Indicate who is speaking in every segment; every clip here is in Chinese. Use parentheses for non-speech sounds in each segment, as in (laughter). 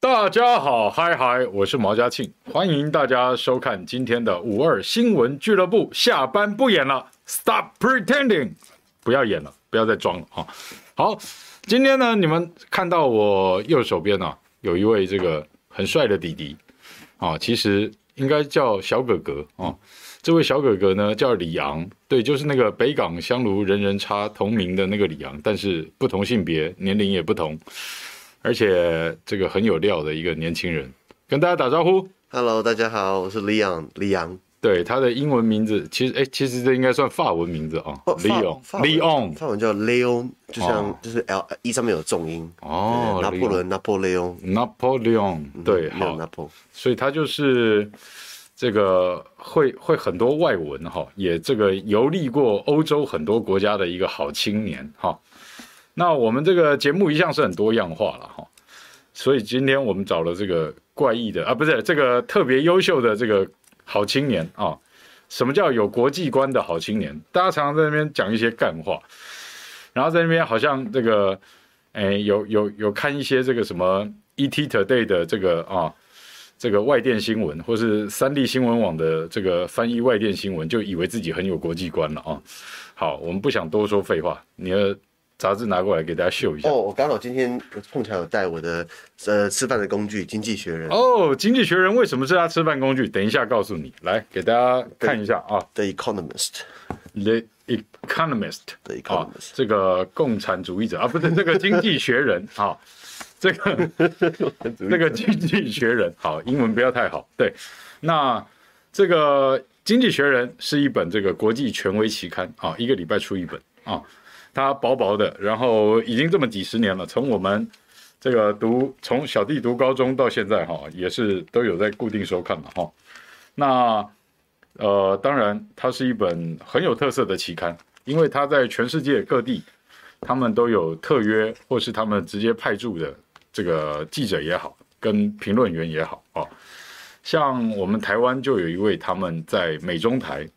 Speaker 1: 大家好，嗨嗨，我是毛家庆，欢迎大家收看今天的五二新闻俱乐部。下班不演了，Stop pretending，不要演了，不要再装了啊！好，今天呢，你们看到我右手边啊，有一位这个很帅的弟弟啊，其实应该叫小哥哥啊。这位小哥哥呢叫李昂，对，就是那个北港香炉人人差同名的那个李昂，但是不同性别，年龄也不同。而且这个很有料的一个年轻人，跟大家打招呼。
Speaker 2: Hello，大家好，我是李昂，李昂，
Speaker 1: 对，他的英文名字其实哎，其实这应该算法文名字啊
Speaker 2: 哦法法文
Speaker 1: Leon，Leon，
Speaker 2: 法文叫 Leon，就像、
Speaker 1: 哦
Speaker 2: 就是 L E 上面有重音
Speaker 1: 哦
Speaker 2: 对嗯拿破仑拿破 Leon，
Speaker 1: Napoleon，对，
Speaker 2: 没有
Speaker 1: 好
Speaker 2: 拿，破，
Speaker 1: 所以他就是这个会会很多外文哈，也这个游历过欧洲很多国家的一个好青年哈。那我们这个节目一向是很多样化了哈，所以今天我们找了这个怪异的啊，不是这个特别优秀的这个好青年啊。什么叫有国际观的好青年？大家常常在那边讲一些干话，然后在那边好像这个，哎，有有有看一些这个什么 ET Today 的这个啊，这个外电新闻，或是三立新闻网的这个翻译外电新闻，就以为自己很有国际观了啊。好，我们不想多说废话，你的杂志拿过来给大家秀一下。
Speaker 2: 哦，我刚好今天碰巧有带我的呃吃饭的工具《经济学人》
Speaker 1: (laughs) 哦，《经济学人》为什么是他吃饭工具？等一下告诉你，来给大家看一下啊，
Speaker 2: 的 Economist，
Speaker 1: 《The Economist》
Speaker 2: 的
Speaker 1: 啊
Speaker 2: Economist，、，
Speaker 1: 这个共产主义者啊，不是这个《经济学人》 (laughs) 啊，这个这个《经济学人》好，英文不要太好。对，那这个《经济学人》是一本这个国际权威期刊啊，一个礼拜出一本啊，它薄薄的，然后已经这么几十年了，从我们这个读从小弟读高中到现在哈、也是都有在固定收看了哈、那呃，当然，它是一本很有特色的期刊，因为它在全世界各地，他们都有特约或是他们直接派驻的这个记者也好，跟评论员也好啊、哦。像我们台湾就有一位他们在美中台，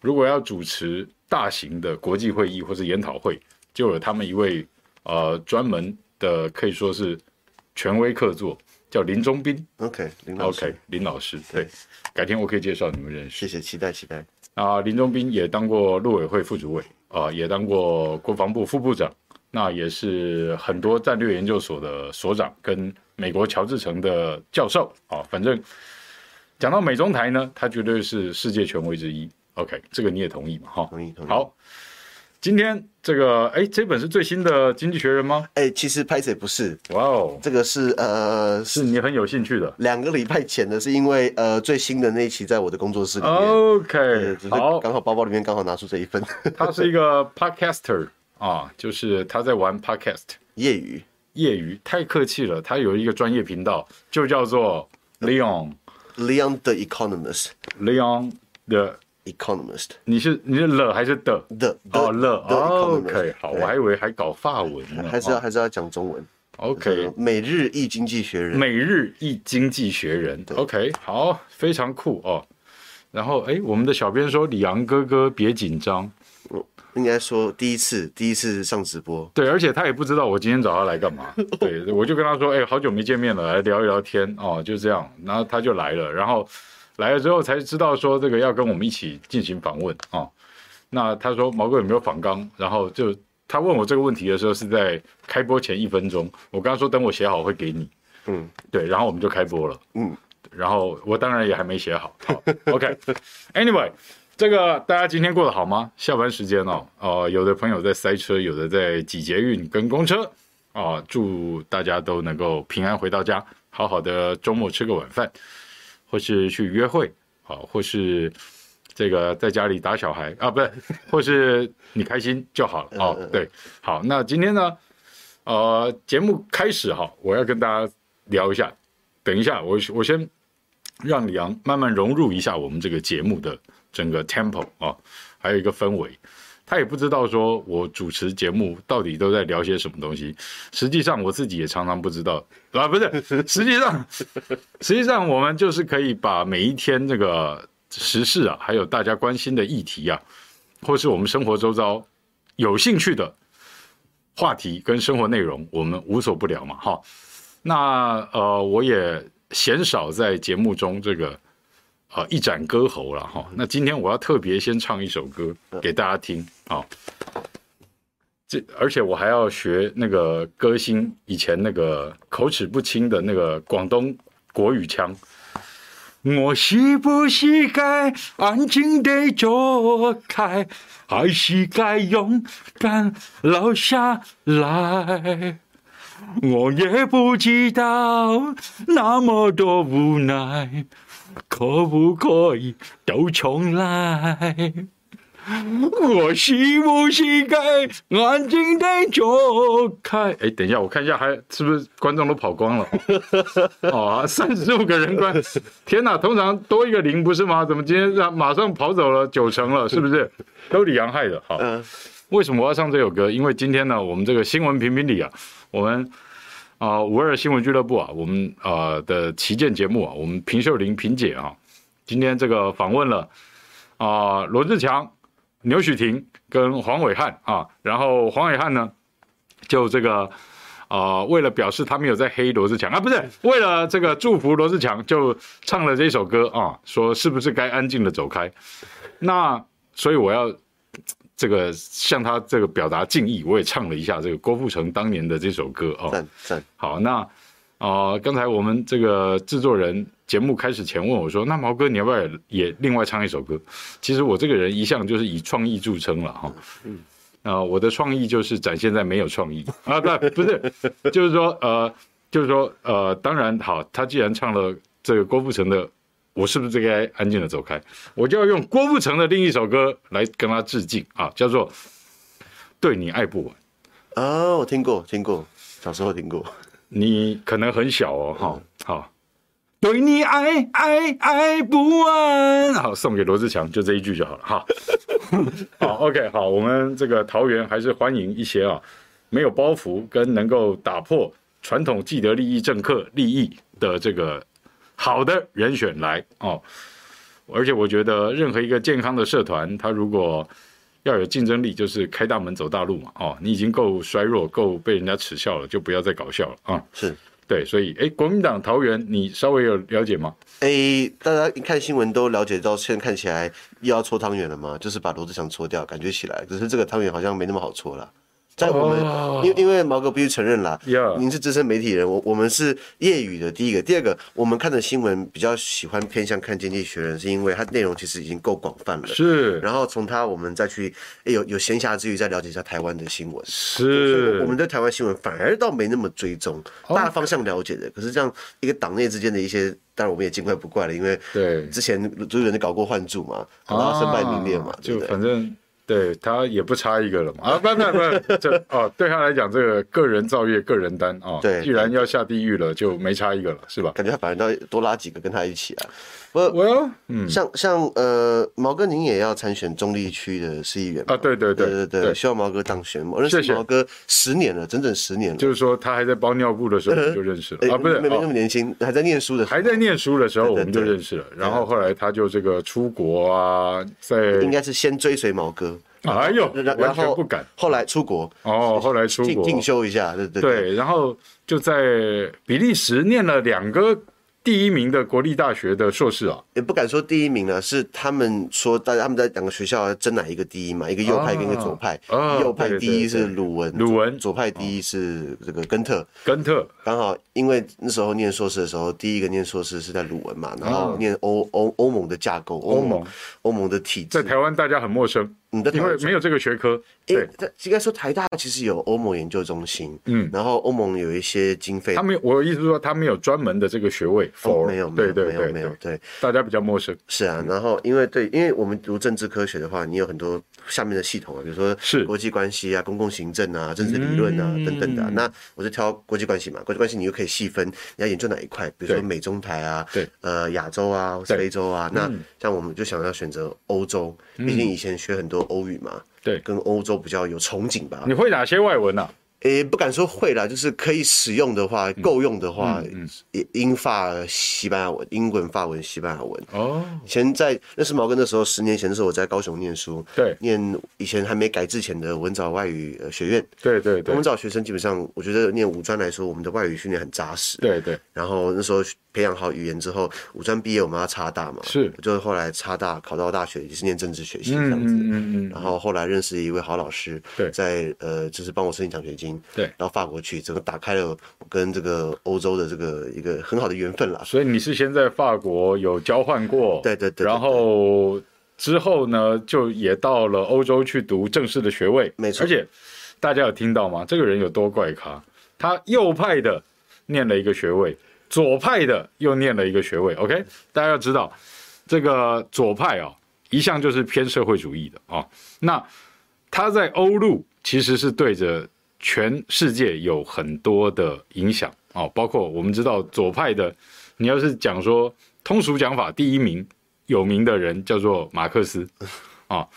Speaker 1: 如果要主持大型的国际会议或是研讨会，就有他们一位呃专门的可以说是权威客座，叫林中斌。
Speaker 2: OK，林老师
Speaker 1: OK，林老师，对，改天我可以介绍你们认识。
Speaker 2: 谢谢，期待期待，
Speaker 1: 啊，林中斌也当过陆委会副主委，啊，也当过国防部副部长，那也是很多战略研究所的所长，跟美国乔治城的教授啊。反正讲到美中台呢，他绝对是世界权威之一。OK，这个你也同意嘛？哈，
Speaker 2: 同意同意。，
Speaker 1: 好，今天这个，哎，这本是最新的《经济学人》吗？
Speaker 2: 哎、其实拍谁不是，
Speaker 1: 哇哦，
Speaker 2: 这个是呃
Speaker 1: 是你很有兴趣的。
Speaker 2: 两个礼拜前的，是因为呃最新的那一期在我的工作室里面。对，
Speaker 1: OK，
Speaker 2: 只是
Speaker 1: 哦好，
Speaker 2: 刚好包包里面刚好拿出这一份 (laughs)
Speaker 1: 他是一个 podcaster 啊，就是他在玩 podcast。
Speaker 2: 业余，
Speaker 1: 业余，太客气了。他有一个专业频道，就叫做 Leon
Speaker 2: Leon the Economist
Speaker 1: Leon 的。
Speaker 2: Economist
Speaker 1: 你是你是了还是的？
Speaker 2: 的
Speaker 1: 哦了哦
Speaker 2: Economist
Speaker 1: ，OK，好，
Speaker 2: 对
Speaker 1: 我还以为还搞法文呢。
Speaker 2: 还是要还是要讲中文。嗯
Speaker 1: 哦 OK，
Speaker 2: 每日易经济学人，
Speaker 1: 每日一经济学人，OK，好，非常酷哦。然后哎，我们的小编说李昂哥哥别紧张，
Speaker 2: 应该说第一次第一次上直播，
Speaker 1: 对，而且他也不知道我今天找他来干嘛。对，我就跟他说，哎、好久没见面了，来聊一聊天哦，就这样。然后他就来了，然后来了之后才知道说这个要跟我们一起进行访问哦。那他说毛哥有没有访纲？然后就他问我这个问题的时候是在开播前一分钟，我跟他说等我写好会给你。
Speaker 2: 嗯，
Speaker 1: 对，然后我们就开播了。
Speaker 2: 嗯，
Speaker 1: 然后我当然也还没写好。好，OK，Anyway，、这个大家今天过得好吗？下班时间哦，呃，有的朋友在塞车，有的在挤捷运跟公车，啊、祝大家都能够平安回到家，好好的周末吃个晚饭，或是去约会，啊、或是。这个在家里打小孩啊，不是，或是你开心就好了哦。对，好，那今天呢，呃，节目开始哈，我要跟大家聊一下。等一下，我我先让李昂慢慢融入一下我们这个节目的整个 tempo 啊，还有一个氛围。他也不知道说我主持节目到底都在聊些什么东西，实际上我自己也常常不知道啊，不是，实际上 (laughs) 实际上我们就是可以把每一天这个时事啊，还有大家关心的议题啊，或是我们生活周遭有兴趣的话题跟生活内容，我们无所不聊嘛，哈。那呃，我也鲜少在节目中这个呃一展歌喉了哈。那今天我要特别先唱一首歌给大家听啊。这而且我还要学那个歌星以前那个口齿不清的那个广东国语腔。我是不是该安静地坐开，还是该勇敢留下来？我也不知道那么多无奈，可不可以都重来？我是不是该安静地坐开？哎，等一下，我看一下还是不是观众都跑光了？ (laughs) 哦，三十五个人关，天哪！通常多一个零不是吗？怎么今天让马上跑走了九成了？是不是？都李阳害的。好，
Speaker 2: 嗯
Speaker 1: 为什么我要唱这首歌？因为今天呢，我们这个新闻评评理啊，我们啊五二新闻俱乐部啊，我们啊、呃的旗舰节目啊，我们平秀玲萍姐啊，今天这个访问了啊、罗志强、牛许婷跟黄伟汉啊，然后黄伟汉呢就这个。啊、为了表示他没有在黑罗志强啊，不是为了这个祝福罗志强，就唱了这首歌啊，说是不是该安静的走开？那所以我要这个向他这个表达敬意，我也唱了一下这个郭富城当年的这首歌哦。
Speaker 2: 赞赞，
Speaker 1: 好，那呃，刚才我们这个制作人节目开始前问我说，那毛哥你要不要也也另外唱一首歌？其实我这个人一向就是以创意著称了哈。嗯。啊，我的创意就是展现在没有创意啊，不不是，就是说呃，就是说呃，当然好，他既然唱了这个郭富城的。我是不是该安静的走开？我就要用郭富城的另一首歌来跟他致敬啊，叫做《对你爱不完》。
Speaker 2: 哦，我听过听过，小时候听过，
Speaker 1: 你可能很小哦，哈、好，对你爱爱爱不完，好，送给罗志强，就这一句就好了，哈，好，OK，好，我们这个桃园还是欢迎一些啊，没有包袱跟能够打破传统既得利益政客利益的这个好的人选来哦，而且我觉得任何一个健康的社团，它如果要有竞争力，就是开大门走大路嘛。哦，你已经够衰弱，够被人家耻笑了，就不要再搞笑了啊、
Speaker 2: 是。
Speaker 1: 对，所以哎，国民党桃园，你稍微有了解吗？
Speaker 2: 诶、哎大家一看新闻都了解到，现在看起来又要搓汤圆了嘛，就是把罗志祥搓掉，感觉起来。只是这个汤圆好像没那么好搓了。在我们，
Speaker 1: 哦
Speaker 2: 因为因为毛哥必须承认啦
Speaker 1: Yeah
Speaker 2: 您是资深媒体人，我我们是业余的。第一个，第二个，我们看的新闻比较喜欢偏向看《经济学人》，是因为它内容其实已经够广泛了。
Speaker 1: 是
Speaker 2: 然后从它我们再去诶有有闲暇之余再了解一下台湾的新闻。所以
Speaker 1: 是哦
Speaker 2: 我们对台湾新闻反而倒没那么追踪，大方向了解的。可是这样一个党内之间的一些，当然我们也见怪不怪了，因为
Speaker 1: 对
Speaker 2: 之前朱人就搞过换柱嘛，搞到身败名裂嘛
Speaker 1: 啊，就
Speaker 2: 对不对？
Speaker 1: 反正。对他也不差一个
Speaker 2: (laughs)
Speaker 1: 了嘛啊不不不，这哦对他来讲，这个个人造业个人担啊，哦
Speaker 2: 对
Speaker 1: 既然要下地狱了，就没差一个了，是吧？
Speaker 2: 感觉他反而要多拉几个跟他一起啊。不，
Speaker 1: 我嗯要
Speaker 2: 像像呃，毛哥您也要参选中立区的市议员嘛
Speaker 1: 啊对对对
Speaker 2: 对对
Speaker 1: 对
Speaker 2: 希望毛哥当选。我认
Speaker 1: 谢谢
Speaker 2: 识毛哥十年了，整整十年了，
Speaker 1: 就是说他还在包尿布的时候我们就认识了
Speaker 2: 诶 (laughs)
Speaker 1: 啊，不是
Speaker 2: 哎没没
Speaker 1: 哦
Speaker 2: 那么年轻，还在念书的时候，
Speaker 1: 还在念书的时候
Speaker 2: 对对
Speaker 1: 我们就认识了，然后后来他就这个出国啊，在
Speaker 2: 应该是先追随毛哥，
Speaker 1: 哎呦，
Speaker 2: 然
Speaker 1: 完
Speaker 2: 然
Speaker 1: 全
Speaker 2: 后
Speaker 1: 不敢
Speaker 2: 后来出国
Speaker 1: 哦，后来出
Speaker 2: 进
Speaker 1: 国
Speaker 2: 进修一下，对对
Speaker 1: 对，然后就在比利时念了两个第一名的国立大学的硕士啊，
Speaker 2: 也不敢说第一名了，是他们说大家他们在两个学校争哪一个第一嘛，一个右派跟一个左派。
Speaker 1: 啊啊
Speaker 2: 右派第一
Speaker 1: 对
Speaker 2: 是
Speaker 1: 对对
Speaker 2: 鲁文，
Speaker 1: 鲁文哦
Speaker 2: 左左派第一是这个根特。
Speaker 1: 根特
Speaker 2: 刚好因为那时候念硕士的时候，第一个念硕士是在鲁文嘛，然后念欧欧欧盟的架构，欧
Speaker 1: 啊盟
Speaker 2: 盟欧盟的体
Speaker 1: 在
Speaker 2: 制。
Speaker 1: 台湾大家很陌生，
Speaker 2: 你的台
Speaker 1: 因为
Speaker 2: 湾
Speaker 1: 没有这个学科。
Speaker 2: 诶
Speaker 1: 对，，
Speaker 2: 它应该说台大其实有欧盟研究中心，
Speaker 1: 嗯，
Speaker 2: 然后欧盟有一些经费
Speaker 1: 他，没有，我意思是说他没有专门的这个学位
Speaker 2: 哦
Speaker 1: for，
Speaker 2: 没有没
Speaker 1: 对
Speaker 2: 有
Speaker 1: 对
Speaker 2: 没
Speaker 1: 对
Speaker 2: 有没有
Speaker 1: 对，
Speaker 2: 对，
Speaker 1: 大家比较陌生。
Speaker 2: 是啊，然后因为对，因为我们读政治科学的话，你有很多下面的系统啊，比如说
Speaker 1: 是
Speaker 2: 国际关系啊、公共行政啊、政治理论啊、
Speaker 1: 嗯
Speaker 2: 等等的啊、那我就挑国际关系嘛，国际关系你又可以细分，你要研究哪一块，比如
Speaker 1: 对
Speaker 2: 说美中台啊，
Speaker 1: 对，
Speaker 2: 呃，亚洲啊，或是
Speaker 1: 对嗯
Speaker 2: 非洲啊。那像我们就想要选择欧洲，毕竟以前学很多欧语嘛，
Speaker 1: 对
Speaker 2: 跟欧洲比较有憧憬吧。
Speaker 1: 嗯你会哪些外文啊？
Speaker 2: 诶，不敢说会啦，就是可以使用的话，够用的话
Speaker 1: 嗯嗯，
Speaker 2: 英英法西班牙文、英文、法文、西班牙文。
Speaker 1: 哦，
Speaker 2: 以前在认识毛根的时候，十年前的时候我在高雄念书，
Speaker 1: 对
Speaker 2: 念以前还没改制前的文藻外语呃学院。
Speaker 1: 对对
Speaker 2: 我
Speaker 1: 对
Speaker 2: 们找学生基本上，我觉得念五专来说，我们的外语训练很扎实。
Speaker 1: 对对，
Speaker 2: 然后那时候培养好语言之后，五专毕业我们要插大嘛，
Speaker 1: 是
Speaker 2: 就是后来插大考到大学也是念政治学系这
Speaker 1: 嗯
Speaker 2: 样子。啊
Speaker 1: 嗯嗯
Speaker 2: 然后后来认识一位好老师，
Speaker 1: 对
Speaker 2: 在呃，就是帮我申请奖学金，
Speaker 1: 对
Speaker 2: 到法国去，整个打开了我跟这个欧洲的这个一个很好的缘分啦
Speaker 1: 嗯，。所以你是先在法国有交换过，
Speaker 2: 对对对对
Speaker 1: 然后之后呢，就也到了欧洲去读正式的学位，
Speaker 2: 没错
Speaker 1: 而且大家有听到吗？这个人有多怪咖？他右派的念了一个学位，左派的又念了一个学位。OK，大家要知道，这个左派啊、一向就是偏社会主义的啊、那他在欧陆其实是对着全世界有很多的影响哦，包括我们知道左派的，你要是讲说通俗讲法，第一名有名的人叫做马克思啊、哦，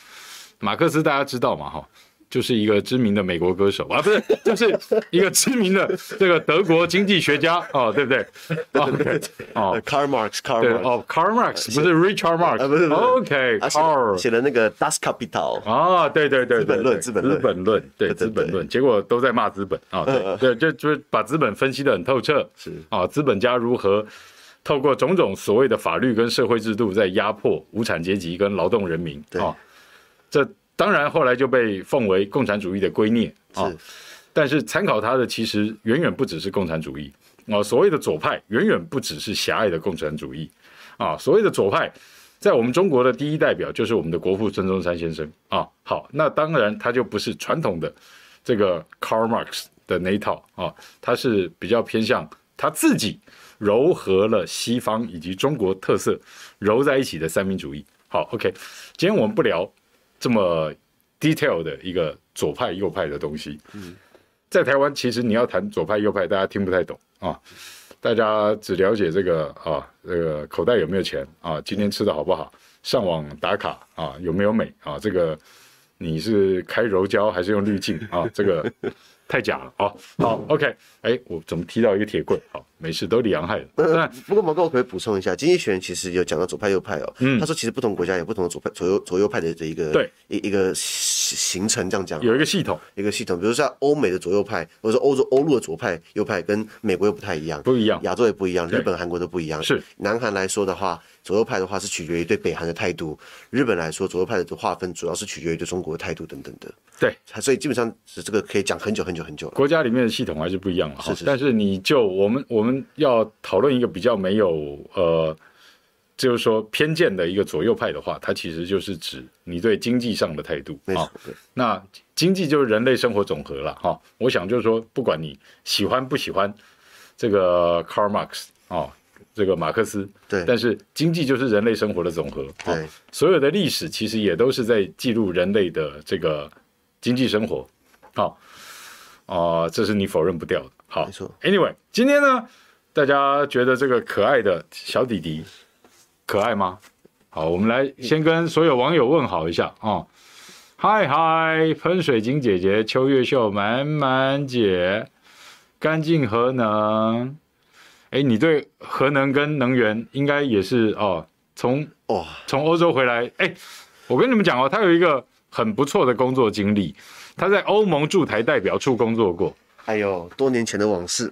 Speaker 1: 马克思大家知道嘛哈、就是一个知名的美国歌手啊，不是，就是一个知名的这个德国经济学家哦，对不对？哦，对，哦
Speaker 2: 呃，Karl Marx，Karl
Speaker 1: 对
Speaker 2: Marx，
Speaker 1: 哦，Karl Marx 不是 Richard Marx，
Speaker 2: 啊不是不是
Speaker 1: o k
Speaker 2: 他
Speaker 1: Karl
Speaker 2: 写写了那个 Das Kapital，
Speaker 1: 啊，对对对，对
Speaker 2: 资本论
Speaker 1: 对
Speaker 2: 资本论
Speaker 1: 资本论，对
Speaker 2: 对对
Speaker 1: 资本论，结果都在骂资本啊，对
Speaker 2: 嗯
Speaker 1: 对，就就是把资本分析的很透彻，
Speaker 2: 是
Speaker 1: 啊，资本家如何透过种种所谓的法律跟社会制度，在压迫无产阶级跟劳动人民
Speaker 2: 对
Speaker 1: 啊，这当然后来就被奉为共产主义的圭臬啊
Speaker 2: 是，
Speaker 1: 但是参考他的其实远远不只是共产主义啊，所谓的左派远远不只是狭隘的共产主义啊，所谓的左派。在我们中国的第一代表就是我们的国父孙中山先生啊。好，那当然他就不是传统的这个 Karl Marx 的那一套啊，他是比较偏向他自己糅合了西方以及中国特色揉在一起的三民主义。好，OK，今天我们不聊这么 detail 的一个左派右派的东西。嗯，在台湾其实你要谈左派右派，大家听不太懂啊。大家只了解这个啊，这个口袋有没有钱啊，今天吃的好不好，上网打卡啊，有没有美啊？这个你是开柔焦还是用滤镜啊？这个太假了啊！好，OK，哎，我怎么踢到一个铁棍？好，没事，都李阳害的。但
Speaker 2: 不过毛哥，我可不可以补充一下，经济学人其实有讲到左派右派哦。他说其实不同国家有不同的左派左右左右派的的一
Speaker 1: 嗯
Speaker 2: 个
Speaker 1: 对
Speaker 2: 一一个形形成这样讲。
Speaker 1: 有一个系统
Speaker 2: 一个系统，比如说像欧美的左右派，或者说欧洲欧陆的左派右派，跟美国又不太一样，
Speaker 1: 不一样
Speaker 2: 亚洲也不一样，
Speaker 1: 对
Speaker 2: 日本、韩国都不一样。
Speaker 1: 是
Speaker 2: 南韩来说的话，左右派的话是取决于对北韩的态度；日本来说，左右派的划分主要是取决于对中国的态度等等的。
Speaker 1: 对，
Speaker 2: 所以基本上是这个可以讲很久很久很久了。
Speaker 1: 国家里面的系统还是不一样了哈。
Speaker 2: 是是是
Speaker 1: 但是你就我们我们要讨论一个比较没有呃，就是说偏见的一个左右派的话，它其实就是指你对经济上的态度
Speaker 2: 没
Speaker 1: 啊
Speaker 2: 错，对
Speaker 1: 那经济就是人类生活总和了哈、我想就是说，不管你喜欢不喜欢这个 Karl Marx 哦，这个马克思，
Speaker 2: 对
Speaker 1: 但是经济就是人类生活的总和。哦
Speaker 2: 对
Speaker 1: 所有的历史其实也都是在记录人类的这个经济生活。好、哦，这是你否认不掉的。好，
Speaker 2: 没错。
Speaker 1: Anyway，今天呢，大家觉得这个可爱的小弟弟可爱吗？好，我们来先跟所有网友问好一下哦。嗨嗨，喷水晶姐姐、秋月秀、满满姐、干净核能。哎，你对核能跟能源应该也是哦，从
Speaker 2: 哇、
Speaker 1: 从欧洲回来，哎、我跟你们讲哦，他有一个很不错的工作经历，他在欧盟驻台代表处工作过。
Speaker 2: 哎呦，多年前的往事。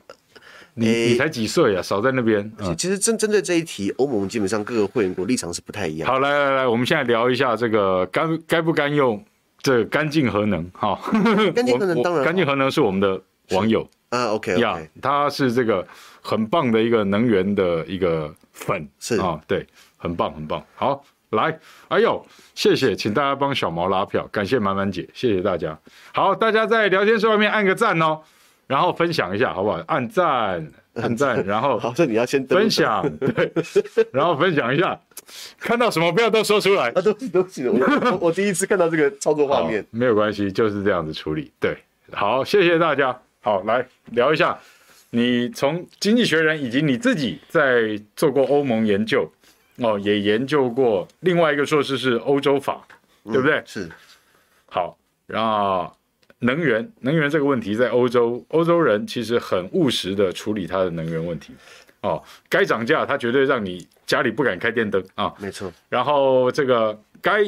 Speaker 1: 你、
Speaker 2: 哎
Speaker 1: 你才几岁啊？少在那边。嗯、
Speaker 2: 其实针针对这一题，欧盟基本上各个会员国立场是不太一样。
Speaker 1: 好，来来来，我们现在聊一下这个干该不该用这干净核能？哈、
Speaker 2: 干净核能
Speaker 1: 我我
Speaker 2: 当然
Speaker 1: 干净核能是我们的网友
Speaker 2: 啊，OK
Speaker 1: 呀
Speaker 2: OK，
Speaker 1: 他是这个很棒的一个能源的一个粉，
Speaker 2: 是
Speaker 1: 啊、对，很棒很棒。好，来，哎呦，谢谢，请大家帮小毛拉票，感谢满满姐，谢谢大家。好，大家在聊天室外面按个赞哦，然后分享一下好不好？按赞，按赞，然后
Speaker 2: 好，所以你要先登录
Speaker 1: 分享，对，然后分享一下，看到什么不要都说出来
Speaker 2: (laughs) 啊，。对不起，对不起，我我 (laughs) 我第一次看到这个操作画
Speaker 1: 好
Speaker 2: 面。
Speaker 1: 没有关系，就是这样子处理。对，好，谢谢大家。好，来聊一下，你从《经济学人》以及你自己在做过欧盟研究，哦，也研究过
Speaker 2: 嗯
Speaker 1: 另外一个硕士是欧洲法，对不对？
Speaker 2: 是
Speaker 1: 好，然后能源，能源这个问题在欧洲，欧洲人其实很务实的处理他的能源问题。哦，该涨价，他绝对让你家里不敢开电灯啊。
Speaker 2: 没错，
Speaker 1: 然后这个该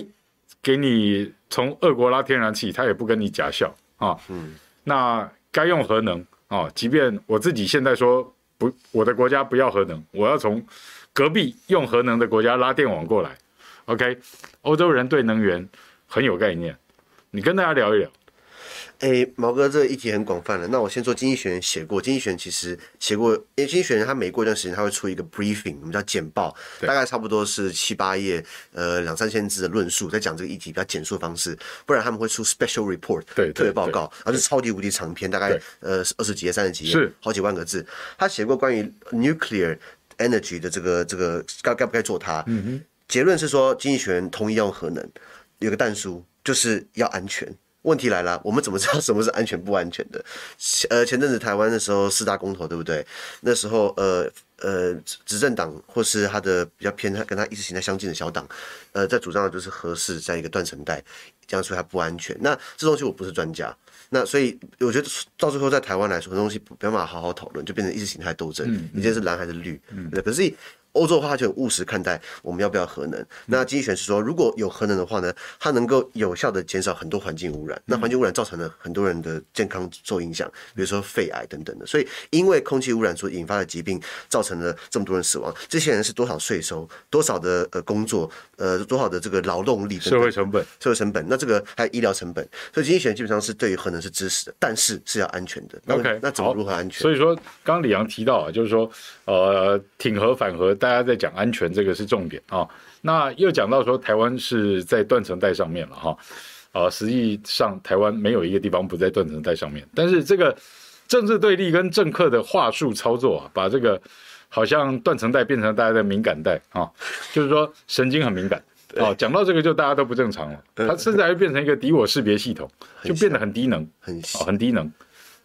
Speaker 1: 给你从俄国拉天然气，他也不跟你假笑啊。
Speaker 2: 嗯，
Speaker 1: 那该用核能啊，即便我自己现在说不，我的国家不要核能，我要从隔壁用核能的国家拉电网过来。OK，欧洲人对能源很有概念，你跟大家聊一聊。
Speaker 2: 哎，毛哥这个议题很广泛了。那我先说经济学人写过，经济学人其实写过，因为经济学人他每过一段时间他会出一个 briefing，我们叫简报，
Speaker 1: 对
Speaker 2: 大概差不多是七八页，呃，两三千字的论述，在讲这个议题比较简述的方式。不然他们会出 special report，
Speaker 1: 对对
Speaker 2: 特别报告，然后就超级无敌长篇，大概
Speaker 1: 对
Speaker 2: 呃二十几页、三十几页，
Speaker 1: 是
Speaker 2: 好几万个字。他写过关于 nuclear energy 的这个这个该该不该做它，嗯哼，结论是说经济学人同意要用核能，有个但书就是要安全。问题来了，我们怎么知道什么是安全不安全的？呃，前阵子台湾的时候四大公投，对不对？那时候呃呃，执政党或是他的比较偏跟他意识形态相近的小党，呃，在主张的就是核适在一个断层带，这样说它不安全。那这东西我不是专家，那所以我觉得到最后在台湾来说，很多东西不没办法好好讨论，就变成意识形态斗争，你这是蓝还是绿？对，可是。欧洲的话，它就很务实看待我们要不要核能。
Speaker 1: 嗯
Speaker 2: 那经济学是说，如果有核能的话呢，它能够有效的减少很多环境污
Speaker 1: 嗯
Speaker 2: 染。那环境污染造成了很多人的健康受影响，比如说肺癌等等的。所以，因为空气污染所引发的疾病，造成了这么多人死亡。这些人是多少税收，多少的呃工作，呃多少的这个劳动力等等
Speaker 1: 社会成本，
Speaker 2: 社会成本，那这个还有医疗成本，所以经济学基本上是对于核能是支持的，但是是要安全的。那
Speaker 1: OK，
Speaker 2: 那怎么
Speaker 1: 好
Speaker 2: 如何安全？
Speaker 1: 所以说，刚刚李阳提到啊，就是说，呃，挺核反核，大家在讲安全，这个是重点啊。那又讲到说，台湾是在断层带上面了哈，啊、实际上台湾没有一个地方不在断层带上面，但是这个政治对立跟政客的话术操作啊，把这个好像断层带变成大家的敏感带啊，就是说神经很敏感。哦，讲到这个就大家都不正常了，它甚至还会变成一个敌我识别系统，就变得很低能。
Speaker 2: 很
Speaker 1: 哦，很低能，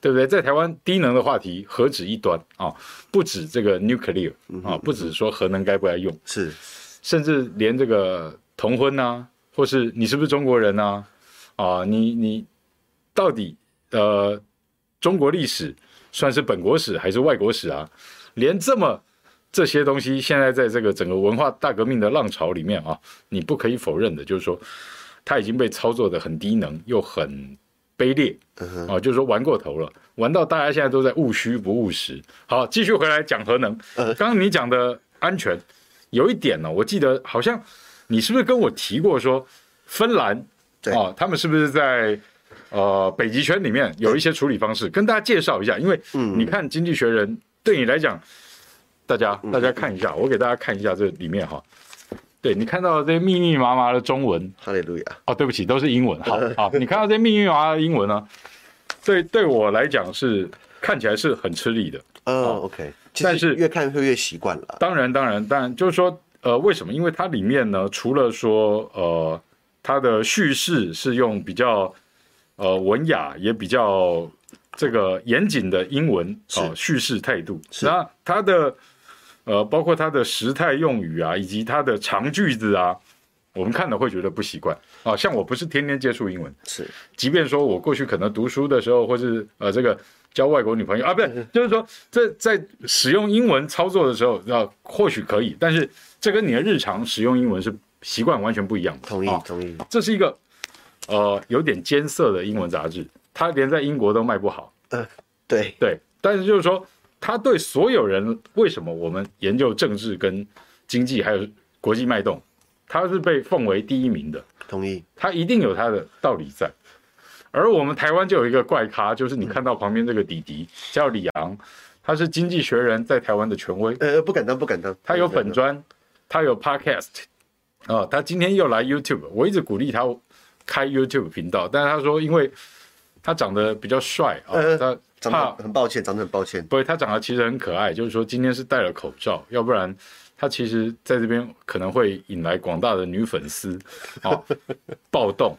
Speaker 1: 对不对？在台湾，低能的话题何止一端啊、不止这个 nuclear 啊、不止说核能该不该用，
Speaker 2: 是
Speaker 1: 甚至连这个同婚啊，或是你是不是中国人啊，啊，你你到底呃中国历史算是本国史还是外国史啊？连这么这些东西，现在在这个整个文化大革命的浪潮里面啊，你不可以否认的，就是说它已经被操作的很低能又很卑劣，啊，就是说玩过头了，玩到大家现在都在务虚不务实。好，继续回来讲核能，刚刚你讲的安全有一点呢、我记得好像你是不是跟我提过说芬兰
Speaker 2: 对
Speaker 1: 啊，他们是不是在呃北极圈里面有一些处理方式，跟大家介绍一下，因为你看《经济学人》对你来讲，大家大家看一下，我给大家看一下这里面哈。对你看到这些密密麻麻的中文
Speaker 2: 哈利路亚，
Speaker 1: 哦，对不起，都是英文。好好，你看到这些密密麻麻的英文呢，对对我来讲是看起来是很吃力的。
Speaker 2: 嗯，OK。其实
Speaker 1: 但是
Speaker 2: 越看会越习惯了，
Speaker 1: 当然，当然，当然，就是说，呃，为什么？因为它里面呢，除了说，呃，它的叙事是用比较，呃，文雅也比较这个严谨的英文
Speaker 2: 是
Speaker 1: 啊、呃叙事态度，
Speaker 2: 是
Speaker 1: 那它的呃，包括它的时态用语啊，以及它的长句子啊，我们看了会觉得不习惯啊、像我不是天天接触英文，
Speaker 2: 是
Speaker 1: 即便说我过去可能读书的时候，或是呃这个交外国女朋友啊，不
Speaker 2: 嗯
Speaker 1: 是，就是说这在使用英文操作的时候，啊、或许可以，但是这跟你的日常使用英文是习惯完全不一样的。
Speaker 2: 同意
Speaker 1: 啊
Speaker 2: 同意，
Speaker 1: 这是一个呃有点艰涩的英文杂志，它连在英国都卖不好。
Speaker 2: 对，
Speaker 1: 对，但是就是说，它对所有人，为什么我们研究政治跟经济还有国际脉动，它是被奉为第一名的。
Speaker 2: 同意，
Speaker 1: 它一定有它的道理在。而我们台湾就有一个怪咖，就是你看到旁边这个弟弟叫李昂，他是《经济学人》在台湾的权威，
Speaker 2: 呃，不敢当，不敢当，
Speaker 1: 他有
Speaker 2: 不敢当
Speaker 1: 粉砖，他有 podcast，啊、他今天又来 YouTube，我一直鼓励他开 YouTube 频道，但是他说因为他长得比较帅啊、
Speaker 2: 呃
Speaker 1: 他
Speaker 2: 长
Speaker 1: 怕
Speaker 2: 得很抱歉，长得很抱歉，
Speaker 1: 不，他长得其实很可爱，就是说今天是戴了口罩，要不然他其实在这边可能会引来广大的女粉丝啊、
Speaker 2: (laughs)
Speaker 1: 哦暴动。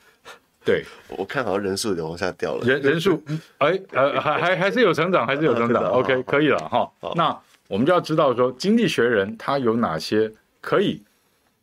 Speaker 1: 对，
Speaker 2: 我看好像人数有往下掉了，
Speaker 1: 人人数，哎，呃，还还还是有成长，还是有成长
Speaker 2: 啊是的好
Speaker 1: ，OK，
Speaker 2: 好
Speaker 1: 可以了哈。那我们就要知道说，《经济学人》它有哪些可以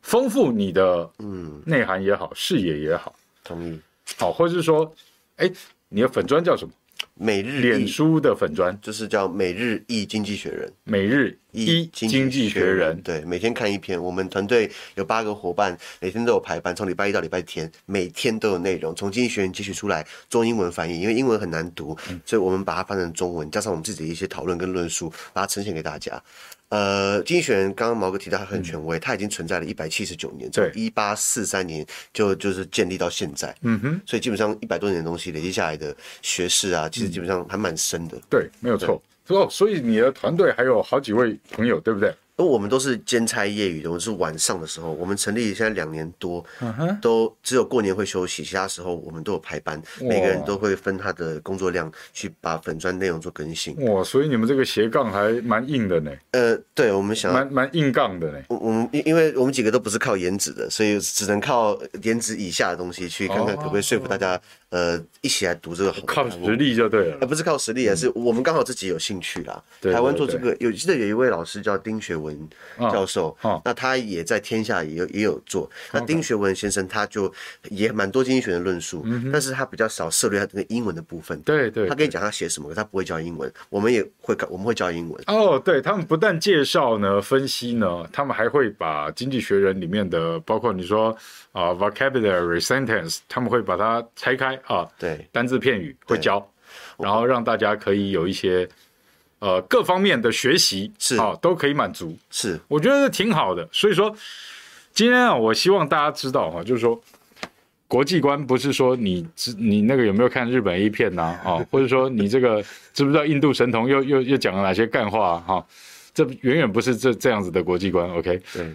Speaker 1: 丰富你的
Speaker 2: 嗯，
Speaker 1: 内涵也好，视野也好，
Speaker 2: 同意，
Speaker 1: 好，或是说，哎，你的粉砖叫什么？
Speaker 2: 每日
Speaker 1: 脸
Speaker 2: 一
Speaker 1: 书的粉砖，
Speaker 2: 就是叫每日一经济学人。
Speaker 1: 每日一经济学人。
Speaker 2: 对，每天看一篇。我们团队有八个伙伴，每天都有排班，从礼拜一到礼拜天，每天都有内容，从经济学人汲取出来，中英文翻译，因为英文很难读，
Speaker 1: 嗯
Speaker 2: 所以我们把它翻成中文，加上我们自己的一些讨论跟论述，把它呈现给大家。呃，经济学人刚刚毛哥提到它很权威，它已经存在了一百七十九年，从
Speaker 1: 嗯对
Speaker 2: 一八四三年就就是建立到现在，嗯哼，所以基本上一百多年的东西累积下来的学识啊，其实基本上还蛮深的。
Speaker 1: 对，没有错。哦，所以你的团队还有好几位朋友，对不对？
Speaker 2: 因为我们都是兼差业余的，我们是晚上的时候，我们成立现在两年多，都只有过年会休息，其他时候我们都有排班，每个人都会分他的工作量去把粉砖内容做更新。
Speaker 1: 哇，所以你们这个斜杠还蛮硬的呢，
Speaker 2: 呃，对，我们想要，
Speaker 1: 蛮蛮硬杠的呢。
Speaker 2: 我我们因因为我们几个都不是靠颜值的，所以只能靠颜值以下的东西去看看可不可以说服大家，呃，一起来读这个好
Speaker 1: 靠
Speaker 2: 刊物
Speaker 1: 实力就对了。
Speaker 2: 呃，不是靠实力，而是我们刚好自己有兴趣啦。
Speaker 1: 嗯对
Speaker 2: 台湾
Speaker 1: 对
Speaker 2: 做这个有，记得有一位老师叫丁学文教授，
Speaker 1: 啊
Speaker 2: 那他也在天下也有也有做。那丁学文先生他就也蛮多经济学的论述，但是他比较少涉猎他那个英文的部分。
Speaker 1: 嗯对对
Speaker 2: 他，跟你讲他写什么，可他不会教英文，我们也会搞，我们会教英文。
Speaker 1: 哦，对他们不但介绍呢、分析呢，他们还会把《经济学人》里面的，包括你说啊、vocabulary、sentence，他们会把它拆开啊，
Speaker 2: 对，
Speaker 1: 单字片语会教，然后让大家可以有一些呃各方面的学习，
Speaker 2: 是
Speaker 1: 啊，都可以满足。
Speaker 2: 是
Speaker 1: 我觉得挺好的。所以说，今天啊，我希望大家知道哈、就是说，国际观不是说你知你那个有没有看日本 A 片呐、啊，或者说你这个知不知道印度神童又又又讲了哪些干话啊哈、这远远不是这这样子的国际观，OK？
Speaker 2: 对，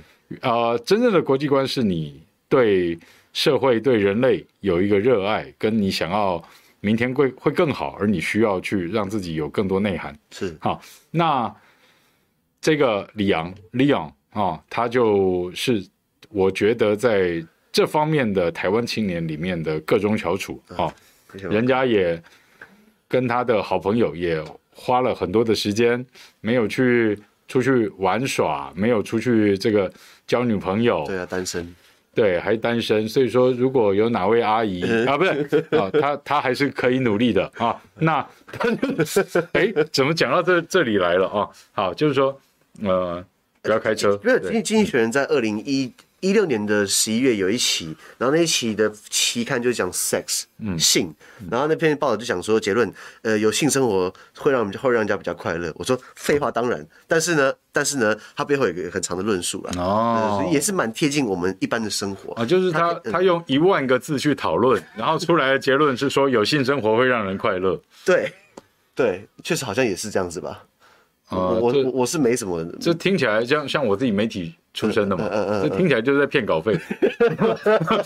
Speaker 1: 呃，真正的国际观是你对社会、对人类有一个热爱，跟你想要明天会会更好，而你需要去让自己有更多内涵。
Speaker 2: 是
Speaker 1: 好，那这个李阳 Leon 啊、他就是我觉得在这方面的台湾青年里面的各中翘楚啊、
Speaker 2: 非常
Speaker 1: 人家也跟他的好朋友也花了很多的时间，没有去出去玩耍，没有出去这个交女朋友，
Speaker 2: 对啊，单身
Speaker 1: 对，还单身，所以说如果有哪位阿姨
Speaker 2: 嗯
Speaker 1: 啊，不
Speaker 2: (laughs)
Speaker 1: 是啊，她她还是可以努力的啊。那她就哎，怎么讲到这这里来了啊？好，就是说呃，不要开车，
Speaker 2: 没有，因
Speaker 1: 对
Speaker 2: 为经济学人在二零一一六年的十一月有一期，然后那一期的期刊就讲 sex，性，
Speaker 1: 嗯
Speaker 2: 然后那篇报道就讲说结论，呃，有性生活会让会让人家比较快乐。我说废话当然，但是呢，但是呢，它背后有一个很长的论述啦，呃
Speaker 1: 哦
Speaker 2: 所以也是蛮贴近我们一般的生活。
Speaker 1: 啊，就是他他用一万个字去讨论，然后出来的结论是说有性生活会让人快乐。
Speaker 2: 对，对，确实好像也是这样子吧。
Speaker 1: 啊
Speaker 2: 我我
Speaker 1: 这
Speaker 2: 我我是没什么，
Speaker 1: 这听起来像像我自己媒体出身的嘛，
Speaker 2: 嗯嗯嗯
Speaker 1: 这听起来就是在骗稿费
Speaker 2: 哎可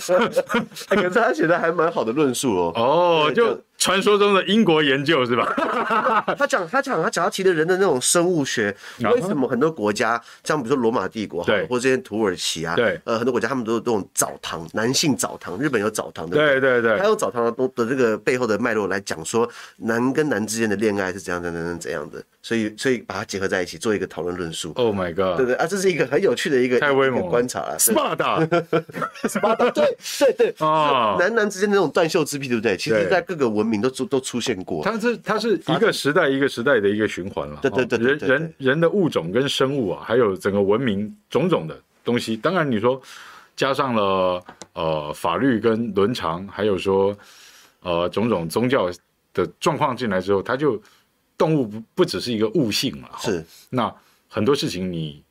Speaker 2: 是他写的还蛮好的论述哦。
Speaker 1: 哦，
Speaker 2: 对
Speaker 1: 就传说中的英国研究是吧？ (laughs)
Speaker 2: 他讲他讲他讲他提的人的那种生物学，
Speaker 1: 啊
Speaker 2: 为什么很多国家，像比如说罗马帝国好了，
Speaker 1: 对
Speaker 2: 或者这些土耳其啊，
Speaker 1: 对
Speaker 2: 呃，很多国家他们都有这种澡堂，男性澡堂，日本有澡堂的，
Speaker 1: 对对对
Speaker 2: 他，用澡堂的东的这个背后的脉络来讲说，男跟男之间的恋爱是怎样怎样怎样怎样的，所以所以把它结合在一起做一个讨论论述。
Speaker 1: ，Oh my
Speaker 2: 对
Speaker 1: God，
Speaker 2: 对啊，这是一个很有趣的一个
Speaker 1: 太威猛
Speaker 2: 一
Speaker 1: 了
Speaker 2: 个观察啊，
Speaker 1: s p a d
Speaker 2: 对对
Speaker 1: (laughs)
Speaker 2: 对对，
Speaker 1: 啊，
Speaker 2: (laughs) 男男之间的那种断袖之癖，对不对？其
Speaker 1: 对
Speaker 2: 实，在各个文明都出都出现过，
Speaker 1: 它是它是一个时代一个时代的一个循环了。
Speaker 2: 对对对
Speaker 1: 哦
Speaker 2: 对
Speaker 1: 人
Speaker 2: 对
Speaker 1: 人人的物种跟生物啊，还有整个文明种种的东西。当然你说加上了呃法律跟伦常，还有说呃种种宗教的状况进来之后，它就动物不不只是一个物性了。哦
Speaker 2: 是
Speaker 1: 那很多事情你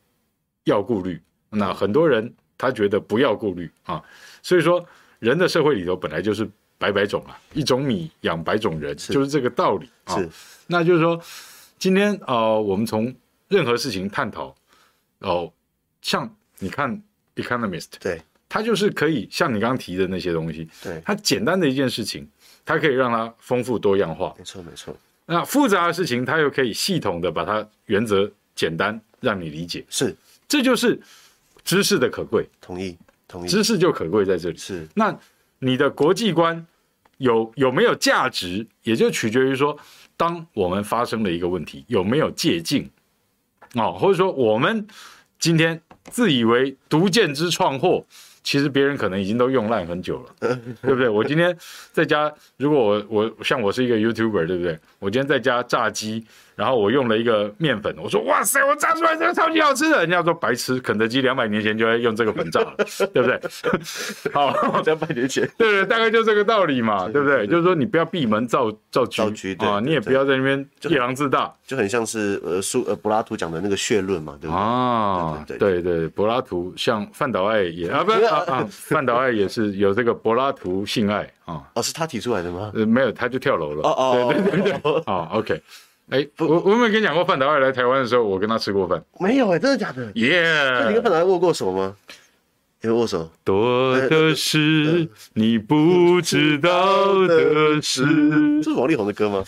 Speaker 1: 要顾虑，那很多人他觉得不要顾虑啊，所以说人的社会里头本来就是百百种啊，一种米养百种人，就是这个道理啊
Speaker 2: 是。
Speaker 1: 那就是说，今天呃，我们从任何事情探讨，哦、像你看《Economist》，
Speaker 2: 对
Speaker 1: 它就是可以像你刚刚提的那些东西，
Speaker 2: 对，
Speaker 1: 它简单的一件事情，它可以让它丰富多样化。
Speaker 2: 没错没错，
Speaker 1: 那复杂的事情，它又可以系统的把它原则简单让你理解，
Speaker 2: 是
Speaker 1: 这就是知识的可贵，
Speaker 2: 同意同意，
Speaker 1: 知识就可贵在这里。
Speaker 2: 是
Speaker 1: 那你的国际观有有没有价值，也就取决于说，当我们发生了一个问题，有没有借鉴哦，或者说我们今天自以为独见之创获，其实别人可能已经都用烂很久了，对不对？我今天在家，如果我我像我是一个 YouTuber，对不对？我今天在家炸鸡，然后我用了一个面粉，我说哇塞，我炸出来这个超级好吃的，人家说白痴，肯德基两百年前就在用这个粉炸了，对不对？ (laughs) 好，
Speaker 3: 两百年前，
Speaker 1: 对对，大概就这个道理嘛，对不对？就是说你不要闭门造造
Speaker 2: 造车
Speaker 1: 车
Speaker 2: 对
Speaker 1: 啊，
Speaker 2: 对
Speaker 1: 你也不要在那边夜郎自大
Speaker 2: 就很像是呃苏呃柏拉图讲的那个血论嘛，对不对？
Speaker 1: 啊。
Speaker 2: 对
Speaker 1: 对对，柏拉图像范岛爱
Speaker 2: (laughs)
Speaker 1: 也啊，不是啊啊，范岛爱也是有这个柏拉图性爱啊，
Speaker 2: 哦，是他提出来的吗？
Speaker 1: 呃，没有他就跳楼了。
Speaker 2: 哦哦，
Speaker 1: 对对
Speaker 2: 对对对，
Speaker 1: 啊，OK。哎，我我有没有跟你讲过范岛爱来台湾的时候，我跟他吃过饭？
Speaker 2: 没有哎，真的假的？
Speaker 1: 耶、
Speaker 2: 那你跟本来握过手吗？有握手？
Speaker 1: 多的是你不知道的事。
Speaker 2: 这是王力宏的歌吗？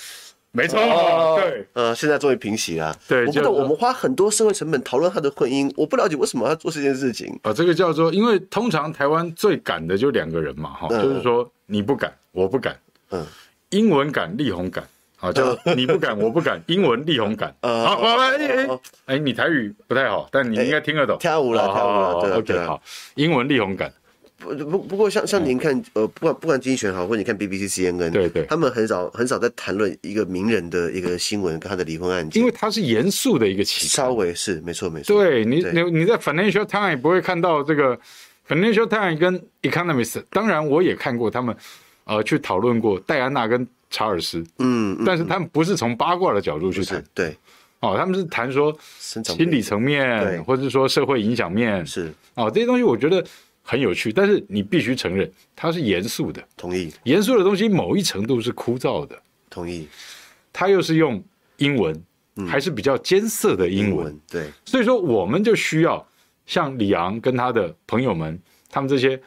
Speaker 1: 没错，
Speaker 3: 哦
Speaker 1: 对，
Speaker 2: 呃，现在终于平息了。啊
Speaker 1: 对
Speaker 2: 我不
Speaker 1: 就呃
Speaker 2: 懂，我们花很多社会成本讨论他的婚姻，我不了解为什么要做这件事情。
Speaker 1: 啊，这个叫做，因为通常台湾最敢的就两个人嘛，哈，
Speaker 2: 嗯
Speaker 1: 就是说你不敢，我不敢，
Speaker 2: 嗯，
Speaker 1: 英文敢，力宏敢，啊，叫你不敢，我不敢，英文力宏敢，
Speaker 2: 呃
Speaker 1: 好，我们哎哎
Speaker 2: 哦哎
Speaker 1: 哎，你台语不太好，但你应该听得懂，
Speaker 2: 跳舞啦
Speaker 1: 哦
Speaker 2: 跳舞啦
Speaker 1: 好
Speaker 2: 对啊对
Speaker 1: ，OK，
Speaker 2: 啊
Speaker 1: 好，英文力宏敢，
Speaker 2: 不不不过像像您看，呃，不管不管金选好，或者你看 BBC、CNN，
Speaker 1: 嗯对对
Speaker 2: 他们很少很少在谈论一个名人的一个新闻跟他的离婚案件，
Speaker 1: 因为它是严肃的一个期刊
Speaker 2: 稍，微是没错没错，
Speaker 1: 对你
Speaker 2: 对
Speaker 1: 你你在 Financial Times 不会看到这个 Financial Times 跟 Economist，当然我也看过他们，呃，去讨论过戴安娜跟查尔斯，
Speaker 2: 嗯，嗯
Speaker 1: 但是他们不是从八卦的角度去谈
Speaker 2: 是，，啊对，
Speaker 1: 哦，他们是谈说
Speaker 2: 生长
Speaker 1: 心
Speaker 2: 背
Speaker 1: 理
Speaker 2: 景
Speaker 1: 层
Speaker 2: 对
Speaker 1: 面，或者说社会影响面，
Speaker 2: 是
Speaker 1: 哦，这些东西我觉得很有趣，但是你必须承认，它是严肃的，
Speaker 2: 同意
Speaker 1: 严肃的东西某一程度是枯燥的，
Speaker 2: 同意
Speaker 1: 它又是用英文，还是比较艰涩的英文，
Speaker 2: 对
Speaker 1: 所以说我们就需要像李昂跟他的朋友们，他们这些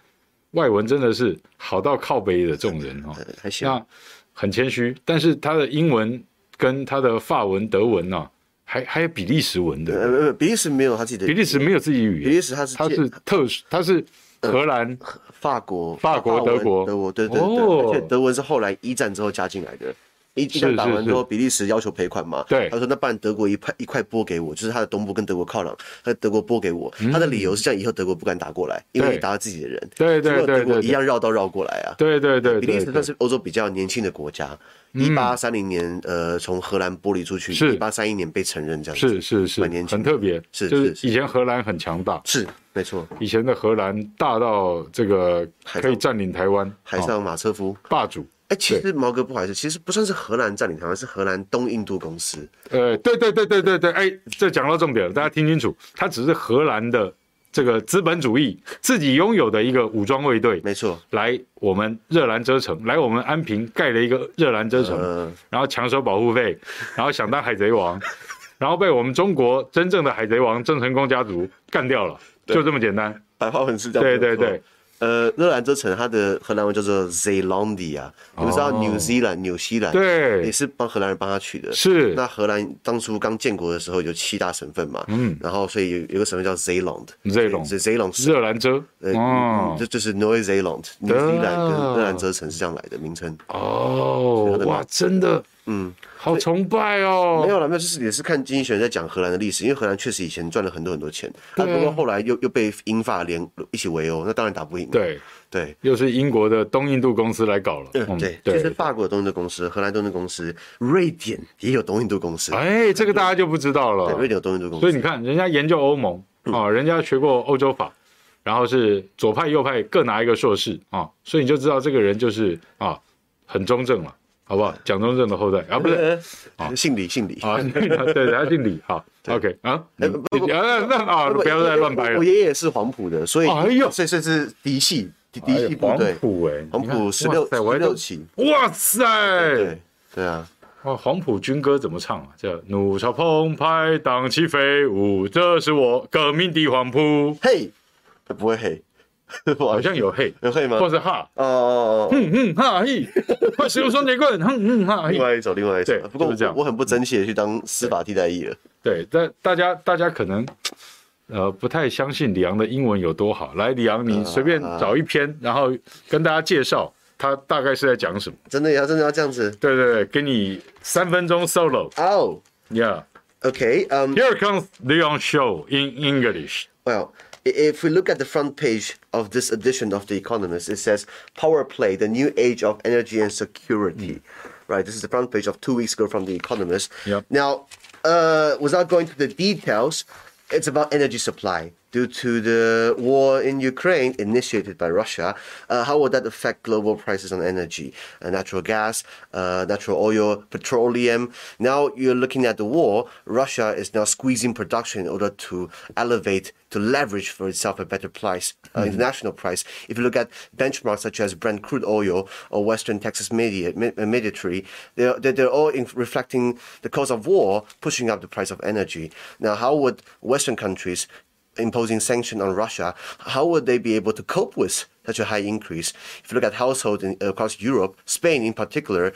Speaker 1: 外文真的是好到靠背的这种人哦，
Speaker 2: 呃还行，
Speaker 1: 那很谦虚，但是他的英文跟他的法文、德文呢、啊，还还有比利时文
Speaker 2: 呃
Speaker 1: 的。
Speaker 2: 呃比利时没有他自己的
Speaker 1: 比利时没有自己语言，
Speaker 2: 比利时它是
Speaker 1: 它
Speaker 2: 呃借
Speaker 1: 是特殊，它是荷兰
Speaker 2: 法国、
Speaker 1: 法国
Speaker 2: 文
Speaker 1: 德国
Speaker 2: 德国，对对对，
Speaker 1: 哦
Speaker 2: 而且德文是后来一战之后加进来的。一一战打
Speaker 1: 是
Speaker 2: 完之后，比利时要求赔款嘛？
Speaker 1: 对
Speaker 2: 他说那不然德国一块一块拨给我，就是他的东部跟德国靠壤，他德国拨给我，他的理由是这样，以后德国不敢打过来，因
Speaker 1: 嗯
Speaker 2: 为
Speaker 1: 对
Speaker 2: 你打到自己的人。
Speaker 1: 对对
Speaker 2: 结果
Speaker 1: 对
Speaker 2: 德国
Speaker 1: 对
Speaker 2: 一
Speaker 1: 对
Speaker 2: 样绕道绕过来啊。
Speaker 1: 对对对
Speaker 2: 比利
Speaker 1: 对
Speaker 2: 时算
Speaker 1: 对，嗯
Speaker 2: 是欧洲比较年轻的国家，一八三零年呃从荷兰剥离出去，
Speaker 1: 是
Speaker 2: 一八三一年被承认这样子。
Speaker 1: 是是是
Speaker 2: 蛮年，轻
Speaker 1: 很
Speaker 2: 的
Speaker 1: 特别，
Speaker 2: 是
Speaker 1: 就是
Speaker 2: 是
Speaker 1: 以前荷兰很强大，
Speaker 2: 是没错，
Speaker 1: 以前的荷兰大到这个
Speaker 2: 海
Speaker 1: 可
Speaker 2: 上
Speaker 1: 以占领台湾，
Speaker 2: 海
Speaker 1: 哦
Speaker 2: 上马车夫。
Speaker 1: 霸主，
Speaker 2: 哎，其实毛哥不好意思，其实不算是荷兰占领台湾，是荷兰东印度公司。
Speaker 1: 呃，对对对对对对，哎，这讲到重点了，大家听清楚，它只是荷兰的这个资本主义自己拥有的一个武装卫队，
Speaker 2: 没错，
Speaker 1: 来我们热兰遮城，来我们安平盖了一个热兰遮城，
Speaker 2: 呃，
Speaker 1: 然后强收保护费，然后想当海贼王，然后被我们中国真正的海贼王郑成功家族干掉了，就这么简单。
Speaker 2: 白话文是这样。
Speaker 1: 对对对。，
Speaker 2: 呃，热兰遮城它的荷兰文叫做 Zealandia，你们知道
Speaker 1: 哦
Speaker 2: New Zealand 纽西兰也
Speaker 1: 对，
Speaker 2: 是帮荷兰人帮他取的。
Speaker 1: 是
Speaker 2: 那荷兰当初刚建国的时候有七大省份嘛，嗯，然后所以有有个省份叫 Zealand，
Speaker 1: Zeeland
Speaker 2: 是 Zealand 是
Speaker 1: 热兰遮。
Speaker 2: 呃，
Speaker 1: 哦
Speaker 2: 这就是 n o i Zealand，纽西兰跟热兰遮城是这样来的名称。
Speaker 1: 哦，哇，真的，嗯，好崇拜哦。
Speaker 2: 没有了，没有，就是也是看经济学人在讲荷兰的历史，因为荷兰确实以前赚了很多很多钱，啊，不过后来又又被英法联一起围殴，那当然打不赢。
Speaker 1: 对，
Speaker 2: 对，
Speaker 1: 又是英国的东印度公司来搞了。嗯
Speaker 2: 对，
Speaker 1: 对
Speaker 2: 就是法国的东印度公司、荷兰东印度公司、瑞典也有东印度公司，
Speaker 1: 哎，这个大家就不知道
Speaker 2: 对，
Speaker 1: 了
Speaker 2: 瑞。典有东印度公
Speaker 1: 所以
Speaker 2: 司，
Speaker 1: 你看，人家研究欧盟
Speaker 2: 嗯
Speaker 1: 哦，人家学过欧洲法，然后是左派右派各拿一个硕士啊、哦所以你就知道这个人就是啊、很中正了，好不好？蒋中正的后代啊，不是
Speaker 2: 呃姓李，姓李。
Speaker 1: 啊， (laughs) 对，他姓李，好，OK 啊，你
Speaker 2: 不
Speaker 1: 你啊那啊，不要再乱掰
Speaker 2: 我我
Speaker 1: 了。
Speaker 2: 爷爷是黄埔的，所以
Speaker 1: 哎呦
Speaker 2: 所以所以是嫡系嫡嫡系部
Speaker 1: 黄
Speaker 2: 队，
Speaker 1: 埔哎，
Speaker 2: 黄
Speaker 1: 你
Speaker 2: 埔
Speaker 1: 看
Speaker 2: 十六
Speaker 1: 哇塞我还都
Speaker 2: 十
Speaker 1: 哎
Speaker 2: 六期，
Speaker 1: 哇塞，
Speaker 2: 对对啊，
Speaker 1: 哇，黄埔军歌怎么唱啊？叫怒潮澎湃，荡气飞舞，这是我革命的黄埔。
Speaker 2: 嘿，不会嘿， (laughs)
Speaker 1: 好
Speaker 2: 好
Speaker 1: 像有嘿，
Speaker 2: 有嘿吗？
Speaker 1: 或
Speaker 2: 哦
Speaker 1: 是哈，
Speaker 2: 哦哦哦，
Speaker 1: 嗯嗯哈嘿，会使用双截棍，嗯嗯哈嘿。
Speaker 2: 另外一种，另外一种
Speaker 1: 对，
Speaker 2: 不过
Speaker 1: 就是这
Speaker 2: 我
Speaker 1: 样
Speaker 2: 我很不争气的去当司法替代役了，
Speaker 1: 对，但大家大家可能呃不太相信李昂的英文有多好。来，李昂，
Speaker 2: 啊
Speaker 1: 你随便找一篇，然后跟大家介绍他大概是在讲什么。
Speaker 2: 真的要真的要这样子
Speaker 1: 对对对，给你三分钟 solo。
Speaker 2: 哦
Speaker 1: Yeah,
Speaker 2: ，OK，嗯。
Speaker 1: here comes Leon show in English.
Speaker 2: Well, If we look at the front page of this edition of The Economist, it says Power Play, the new age of energy and security. Right, this is the front page of two weeks ago from The Economist.
Speaker 1: Yep.
Speaker 2: Now, uh, without going to the details, it's about energy supply. Due to the war in Ukraine initiated by Russia, uh, how will that affect global prices on energy, uh, natural gas, uh, natural oil, petroleum? Now you're looking at the war. Russia is now squeezing production in order to elevate, to leverage for itself a better price, uh, international price. If you look at benchmarks such as Brent crude oil or Western Texas media, mi- uh, military, they're, they're, they're all in, reflecting the cost of war, pushing up the price of energy. Now, how would Western countries imposing sanction on Russia, how would they be able to cope with such a high increase? If you look at households in, across Europe, Spain in particular,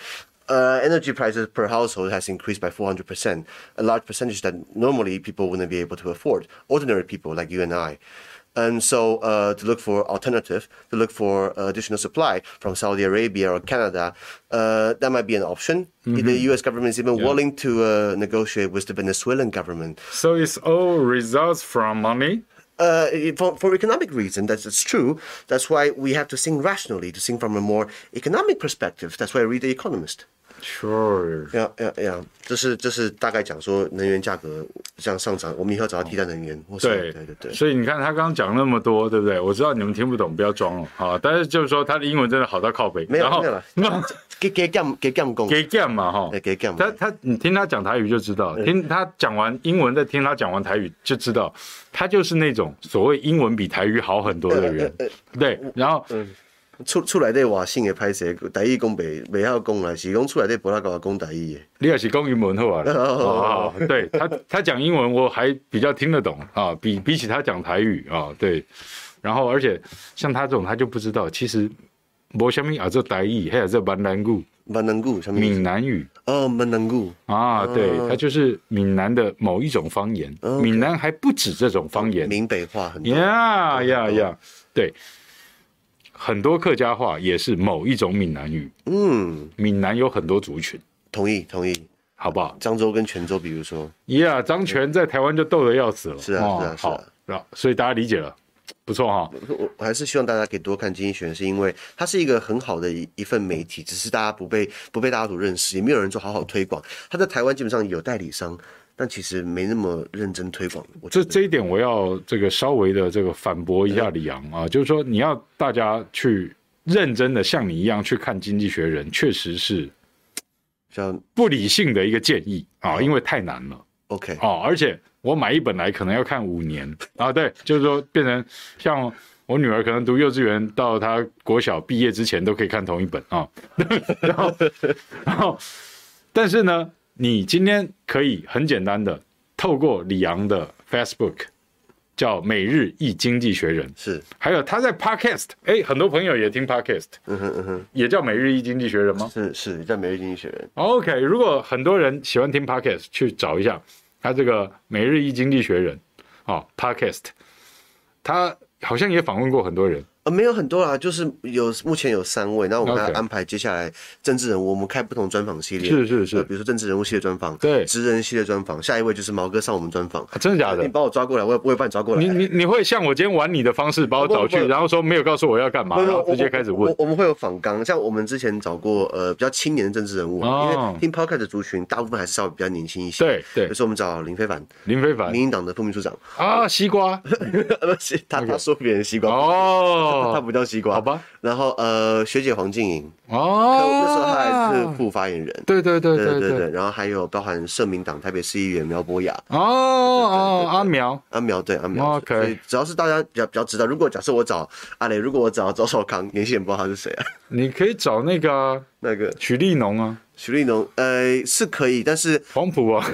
Speaker 2: uh, energy prices per household has increased by 400%, a large percentage that normally people wouldn't be able to afford, ordinary people like you and I. And so uh, to look for alternative, to look for uh, additional supply from Saudi Arabia or Canada, uh, that might be an option. The U.S. government is even willing to uh, negotiate with the Venezuelan government
Speaker 1: So it's all results from money.
Speaker 2: uh, for, for economic reason, that's, that's true. That's why we have to sing rationally, to sing from a more economic perspective. That's why I read The Economist.
Speaker 1: Sure.
Speaker 2: Yeah, yeah, yeah. 这是这是大概讲说能源价格这样上涨，我们以后要找到替代能源。或是
Speaker 1: 对
Speaker 2: 对对对，
Speaker 1: 所以你看他刚刚讲那么多，对不对？我知道你们听不懂，不要装了啊。但是就是说他的英文真的好到靠北，
Speaker 2: 没有
Speaker 1: 然后
Speaker 2: 没有了
Speaker 1: 那
Speaker 2: 给给干给干工，
Speaker 1: 给 gam 嘛哈
Speaker 2: 哎，给干
Speaker 1: 他他你听他讲台语就知道，听他讲完英文再听他讲完台语就知道，他就是那种所谓英文比台语好很多的人，对。然后
Speaker 2: 出出来的话性的拍摄，台语讲袂袂晓讲啦，是讲出来的无啦个讲台语的。
Speaker 1: 你也是讲英文好啊，哦，对他他讲英文我还比较听得懂啊，比比起他讲台语啊，对。然后而且像他这种他就不知道，其实没什么啊这台语，还有这闽南语、
Speaker 2: 闽南语什么意思？
Speaker 1: 闽南语。
Speaker 2: 哦，闽南语。
Speaker 1: 啊，对，它就是闽南的某一种方言，闽南还不止这种方言，
Speaker 2: 闽北话很多。
Speaker 1: 呀呀呀，对，很多客家话也是某一种闽南语，
Speaker 2: 嗯，
Speaker 1: 闽南有很多族群，
Speaker 2: 同意同意。
Speaker 1: 好不好？
Speaker 2: 漳州跟泉州，比如说，
Speaker 1: 呀、张全在台湾就斗得要死了，哦
Speaker 2: 是啊是啊是啊
Speaker 1: 好，然后所以大家理解了，不错哈、
Speaker 2: 我我还是希望大家可以多看《经济学人》，是因为它是一个很好的一一份媒体，只是大家不被不被大家所认识，也没有人做好好推广。它在台湾基本上有代理商，但其实没那么认真推广。我
Speaker 1: 这这一点我要这个稍微的这个反驳一下李阳啊，就是说你要大家去认真的像你一样去看《经济学人》，确实是
Speaker 2: 像
Speaker 1: 不理性的一个建议啊，
Speaker 2: 哦
Speaker 1: 因为太难了。
Speaker 2: OK，
Speaker 1: 哦，而且我买一本来可能要看五年啊，对，就是说变成像我女儿可能读幼稚园到她国小毕业之前都可以看同一本啊， (laughs) 然后然后，但是呢，你今天可以很简单的透过李阳的 Facebook 叫《每日一经济学人》，
Speaker 2: 是
Speaker 1: 还有他在 Podcast，哎，很多朋友也听 Podcast，嗯哼嗯哼，也叫《每日一经济学人》吗？
Speaker 2: 是是，在《每日经济学人
Speaker 1: OK，如果很多人喜欢听 Podcast，去找一下他这个《每日一经济学人》哦 Podcast，他好像也访问过很多人。》
Speaker 2: 呃，没有很多啦，就是有目前有三位，那我们还
Speaker 1: OK
Speaker 2: 安排接下来政治人物，我们开不同专访系列，
Speaker 1: 是是是
Speaker 2: 呃比如说政治人物系列专访，
Speaker 1: 对
Speaker 2: 职人系列专访，下一位就是毛哥上我们专访，
Speaker 1: 啊真的假的
Speaker 2: 你把我抓过来，我也我也把你抓过来
Speaker 1: 你。你你会像我今天玩你的方式把我找
Speaker 2: 不
Speaker 1: 去，
Speaker 2: 不
Speaker 1: 然后说没有告诉我要干嘛，
Speaker 2: 不
Speaker 1: 然
Speaker 2: 是
Speaker 1: 后直接
Speaker 2: 我
Speaker 1: 开始
Speaker 2: 我
Speaker 1: 问
Speaker 2: 我。我们会有访纲，像我们之前找过呃比较青年的政治人物啊，
Speaker 1: 哦
Speaker 2: 因为听 podcast 的族群大部分还是稍微比较年轻一些。
Speaker 1: 对对
Speaker 2: 比如，说我们找林非凡，
Speaker 1: 林非凡
Speaker 2: 民进党的副秘书长， (laughs) 呃
Speaker 1: 啊，西瓜
Speaker 2: 不是他他说别人西瓜，他
Speaker 1: 哦，
Speaker 2: 不叫西瓜，
Speaker 1: 好。吧，
Speaker 2: 然后呃学姐黄静莹，那时候她还是
Speaker 1: 哦，
Speaker 2: 副发言人。
Speaker 1: 对对对
Speaker 2: 对
Speaker 1: 对
Speaker 2: 对
Speaker 1: 对，
Speaker 2: 对，然后还有包含社民党台北市议员苗博雅，
Speaker 1: 哦哦，阿苗
Speaker 2: 阿苗对阿苗
Speaker 1: 哦 OK
Speaker 2: 所以只要是大家比较比较知道，如果假设我找阿雷，如果我找周少康，年轻人不知道他是谁啊？ (laughs)
Speaker 1: 你可以找那个啊
Speaker 2: 那个
Speaker 1: 许立农啊，
Speaker 2: 徐立农，呃是可以，但是
Speaker 1: 黄埔啊，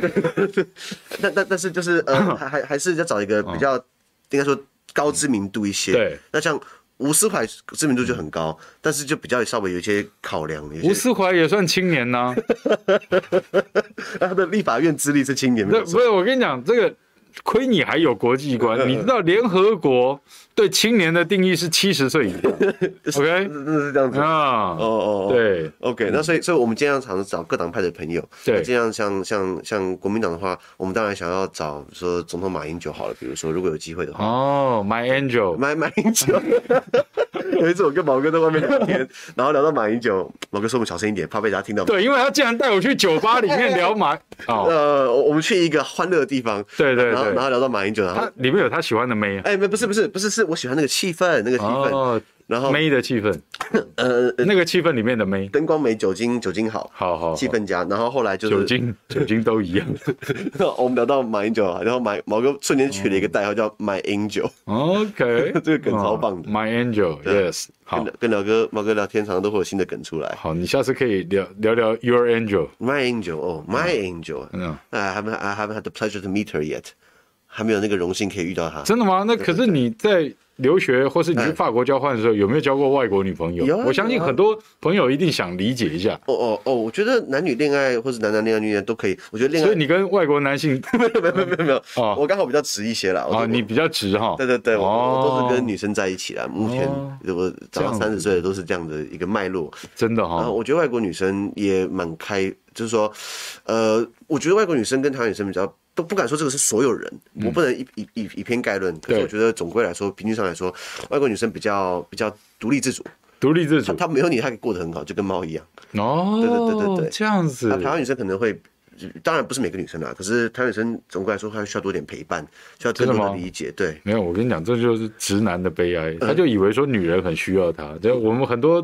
Speaker 2: 但但但是就是
Speaker 1: (laughs)
Speaker 2: 呃，还还还是要找一个比较，应该说高知名度一些。
Speaker 1: 哦对，嗯
Speaker 2: 那像吴思怀知名度就很高，但是就比较稍微有一些考量。有
Speaker 1: 吴
Speaker 2: 一些
Speaker 1: 思怀也算青年呐、
Speaker 2: 啊他的立法院资历是青年，没
Speaker 1: 这
Speaker 2: 有错
Speaker 1: 不是我跟你讲，这个亏你还有国际观，你知道联合国对青年的定义是七十岁以上，OK
Speaker 2: 真的是这样子。哦
Speaker 1: 啊，
Speaker 2: 哦哦，
Speaker 1: 对
Speaker 2: ，OK，那所以所以我们尽量常找各党派的朋友，
Speaker 1: 对
Speaker 2: 那尽量像像像国民党的话，我们当然想要找说总统马英九好了，比如说如果有机会的话，
Speaker 1: 哦，My Angel，
Speaker 2: 买马英九。 (laughs) 有一次我跟毛哥在外面聊天，然后聊到马英九，毛哥说我们小声一点，怕被人家听到。
Speaker 1: 对，因为他竟然带我去酒吧里面聊马，哦，
Speaker 2: 呃，我我们去一个欢乐的地方，
Speaker 1: 对对
Speaker 2: 然后
Speaker 1: 对
Speaker 2: 然后聊到马英九，然后
Speaker 1: 他里面有他喜欢的妹啊，
Speaker 2: 哎，没不是不是不是，是我喜欢那个气氛，那个气氛，
Speaker 1: 哦，
Speaker 2: 然后
Speaker 1: 妹的气氛，
Speaker 2: 呃，
Speaker 1: 那个气氛里面的妹，
Speaker 2: 灯光美，酒精酒精好，
Speaker 1: 好好，好
Speaker 2: 气氛佳，然后后来就是
Speaker 1: 哦酒精酒精都一样，
Speaker 2: (laughs) 我们聊到马英九啊，然后马毛哥瞬间取了一个代号叫马英九， (laughs)
Speaker 1: OK，
Speaker 2: 这个梗超棒的
Speaker 1: 哦 My Angel，Yes，好
Speaker 2: 跟跟聊哥毛哥聊天，常常都会有新的梗出来。
Speaker 1: 好，你下次可以聊聊聊 Your Angel，
Speaker 2: My angel，哦，My angel，
Speaker 1: 嗯
Speaker 2: 哎，I haven't I haven't had the pleasure to meet her yet，还没有那个荣幸可以遇到她。
Speaker 1: 真的吗？那可是你在留学或是你去法国交换的时候，有没有交过外国女朋友
Speaker 2: 嗯有啊？
Speaker 1: 我相信
Speaker 2: 有啊
Speaker 1: 很多朋友一定想理解一下，
Speaker 2: 哦哦哦，我觉得男女恋爱或者男男恋爱、女女恋爱都可以。我觉得恋
Speaker 1: 所以
Speaker 2: 爱
Speaker 1: 你跟外国男
Speaker 2: (laughs)
Speaker 1: 性
Speaker 2: 没有没有没有没有
Speaker 1: 哦，
Speaker 2: 我刚好比较直一些啦。我
Speaker 1: 啊，你比较直哈。哦
Speaker 2: 对对对，我我都是跟
Speaker 1: 你
Speaker 2: 女生在一起啦。目前
Speaker 1: 哦
Speaker 2: 我长到
Speaker 1: 这样哦
Speaker 2: 三十岁了都是这样的一个脉络。
Speaker 1: 真的
Speaker 2: 然后
Speaker 1: 哈。
Speaker 2: 我觉得外国女生也蛮开，就是说，呃，我觉得外国女生跟台湾女生比较。都不敢说这个是所有人，我不能以以以以偏概论。可是
Speaker 1: 嗯对
Speaker 2: 我觉得总归来说，平均上来说，外国女生比较比较独立自主，
Speaker 1: 独立自
Speaker 2: 她
Speaker 1: 主
Speaker 2: 她没有你，她可以过得很好，就跟猫一样。
Speaker 1: 哦，
Speaker 2: 对对对对对
Speaker 1: 这样子
Speaker 2: 那台湾女生可能会，当然不是每个女生啦，可是台湾女生总归来说，她需要多点陪伴，需要
Speaker 1: 真
Speaker 2: 更多
Speaker 1: 的吗
Speaker 2: 的理解。对，
Speaker 1: 没有，我跟你讲，这就是直男的悲
Speaker 2: 嗯
Speaker 1: 哀，他就以为说女人很需要他，就我们很多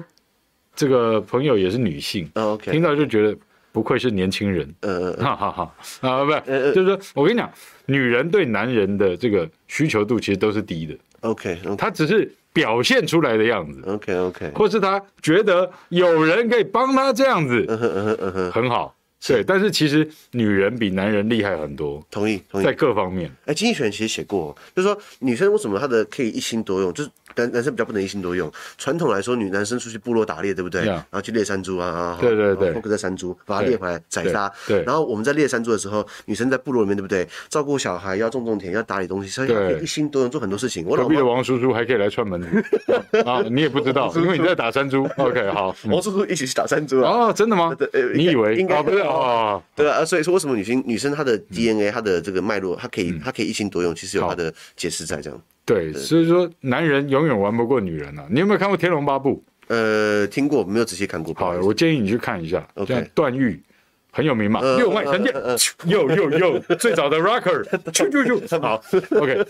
Speaker 1: 这个朋友也是女性，
Speaker 2: 嗯
Speaker 1: 听
Speaker 2: ，OK，
Speaker 1: 到就觉得不愧是年轻人，
Speaker 2: (laughs) 呃，
Speaker 1: 哈哈哈啊，不是，就是说我跟你讲，女人对男人的这个需求度其实都是低的，
Speaker 2: OK，OK，OK，
Speaker 1: 她只是表现出来的样子，
Speaker 2: OK，
Speaker 1: 或是她觉得有人可以帮她这样子，
Speaker 2: 嗯哼嗯哼嗯哼，
Speaker 1: 很好。对，但是其实女人比男人厉害很多，
Speaker 2: 同意同意
Speaker 1: 在。各方面。
Speaker 2: 哎，经济学人其实写过，就是说女生为什么她的可以一心多用，就是男男生比较不能一心多用。传统来说，女男生出去部落打猎，对不对
Speaker 1: Yeah
Speaker 2: 然后去猎山猪啊啊，
Speaker 1: 对对对
Speaker 2: f o 在山猪，把它猎回来宰杀。
Speaker 1: 对对
Speaker 2: 然后我们在猎山猪的时候，女生在部落里面，对不对？照顾小孩，要种种田，要打理东西，所以她可
Speaker 1: 对
Speaker 2: 以一心多用，做很多事情。我
Speaker 1: 隔
Speaker 2: 老
Speaker 1: 壁的
Speaker 2: 婆。
Speaker 1: 王叔叔还可以来串门
Speaker 2: (laughs)
Speaker 1: 子啊，你也不知道，因为你在打山猪。OK，好。
Speaker 2: (laughs)
Speaker 1: 嗯
Speaker 2: 王叔叔一起去打山猪啊，
Speaker 1: 哦，真的吗
Speaker 2: 对呃？
Speaker 1: 你以为
Speaker 2: 应该
Speaker 1: 啊？不是
Speaker 2: 应该
Speaker 1: 哦，
Speaker 2: 对啊，所以说为什么女性女生她
Speaker 1: 嗯
Speaker 2: 的 DNA 她的这个脉络，她可以她可以一心多用，其实有她的解释在这样。
Speaker 1: 对，所以说男人永远玩不过女人啊。你有没有看过《天龙八部》？
Speaker 2: 呃，听过没有仔细看过？不
Speaker 1: 好，
Speaker 2: 意思
Speaker 1: 我建议你去看一下，
Speaker 2: OK
Speaker 1: 像段誉很有名嘛，
Speaker 2: 嗯
Speaker 1: 六脉神剑
Speaker 2: 嗯嗯，
Speaker 1: 又又又最早的
Speaker 2: (laughs)
Speaker 1: rocker，啾啾啾，好，OK，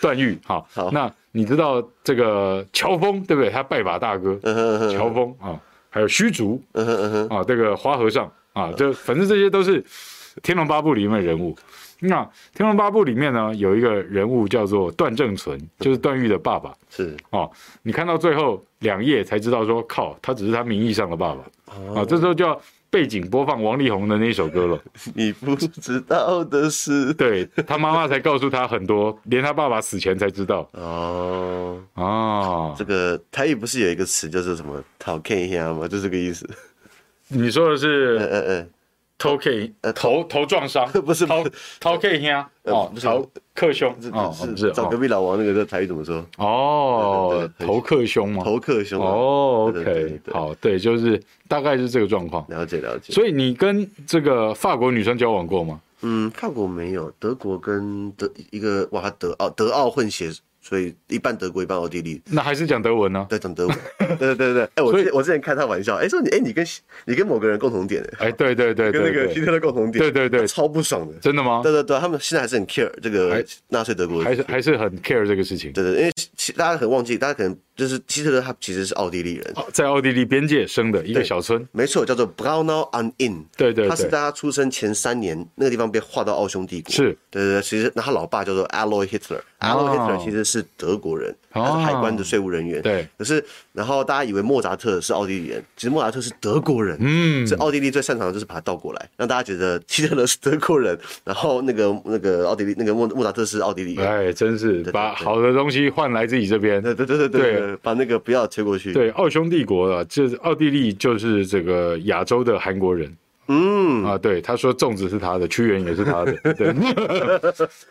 Speaker 1: 段誉，好，
Speaker 2: 好
Speaker 1: 那你知道这个乔峰对不对？他拜把大哥
Speaker 2: 嗯哼嗯哼
Speaker 1: 乔峰啊，还有虚竹
Speaker 2: 嗯哼嗯哼，
Speaker 1: 啊，这个花和尚啊，这反正这些都是《天龙八部》里面的人物。那《天龙八部》里面呢，有一个人物叫做段正淳，就是段誉的爸爸
Speaker 2: 是
Speaker 1: 哦。你看到最后两页才知道说，靠，他只是他名义上的爸爸。
Speaker 2: 哦
Speaker 1: 啊，这时候就要背景播放王力宏的那一首歌
Speaker 2: (laughs)
Speaker 1: 了。
Speaker 2: (laughs) 你不知道的事。
Speaker 1: 对他妈妈才告诉他很多，连他爸爸死前才知道
Speaker 2: 哦，
Speaker 1: 啊
Speaker 2: 这。个台语不是有一个词叫做什么“讨 K 一下”吗？就这个意思。
Speaker 1: 你说的
Speaker 2: 嗯
Speaker 1: 是
Speaker 2: 嗯
Speaker 1: 头 K 头头撞伤，
Speaker 2: 呃 (laughs) 不是呃
Speaker 1: 头头 K 兄哦，
Speaker 2: 不是
Speaker 1: 头克兄
Speaker 2: 嗯，
Speaker 1: 哦，
Speaker 2: 这
Speaker 1: 不
Speaker 2: 是
Speaker 1: 是
Speaker 2: 找隔
Speaker 1: 哦
Speaker 2: 壁老王那个这台语怎么说？
Speaker 1: 哦，
Speaker 2: 对对对
Speaker 1: 头克兄吗？
Speaker 2: 头克兄啊。
Speaker 1: 哦
Speaker 2: 对对对
Speaker 1: ，OK，
Speaker 2: 对
Speaker 1: 好，对，就是大概是这个状况。
Speaker 2: 了解了解。
Speaker 1: 所以你跟这个法国女生交往过吗？
Speaker 2: 嗯，法国没有，德国跟德一个哇，他德奥德奥混血，所以一半德国一半奥地利。
Speaker 1: 那还是讲德文呢？
Speaker 2: 在讲德文， (laughs) 对对对对，哎、我
Speaker 1: 所以
Speaker 2: 之前我之前开他玩笑，哎、说你哎、你跟你跟某个人共同点、哎，
Speaker 1: (laughs) 哎，对对对
Speaker 2: 跟
Speaker 1: 对
Speaker 2: 那个希
Speaker 1: 对，
Speaker 2: 特勒共同点，
Speaker 1: 对对对
Speaker 2: 超不爽的，
Speaker 1: 真的
Speaker 2: (laughs)
Speaker 1: 吗？
Speaker 2: 对对对，他们现在还是很 care 这
Speaker 1: 还
Speaker 2: 个纳粹德国的
Speaker 1: 还是还是很 care 这个事情。
Speaker 2: 对对，因为其其大家可能忘记，大家可能就是希特勒他其实是奥地利人，
Speaker 1: 哦在奥地利边界生的一个小村，
Speaker 2: 没错，叫做 Braunau an Inn。
Speaker 1: 对对
Speaker 2: 他是
Speaker 1: 对
Speaker 2: 在他出生前三年，那个地方被划到奥匈帝国。
Speaker 1: 是，哦
Speaker 2: 对对对，其实那他老爸叫做 Aloy Hitler，Aloy、Hitler 其实是德国人，他是海关的税务人员。
Speaker 1: 对
Speaker 2: 可是然后大家以为莫扎特是奥地利人，其实莫扎特是德国人。嗯，所以奥地利最擅长的就是把它倒过来，让大家觉得希特勒是德国人，然后那个那个奥地利那个莫莫扎特是奥地利人。
Speaker 1: 哎，真是
Speaker 2: 对
Speaker 1: 把好的东西换来自己这边。
Speaker 2: 对对对对对，
Speaker 1: 对
Speaker 2: 把那个不要推过去。
Speaker 1: 对，奥匈帝国啊，就是奥地利，就是这个亚洲的韩国人嗯啊，对，他说粽子是他的，屈原也是他的，
Speaker 2: (laughs)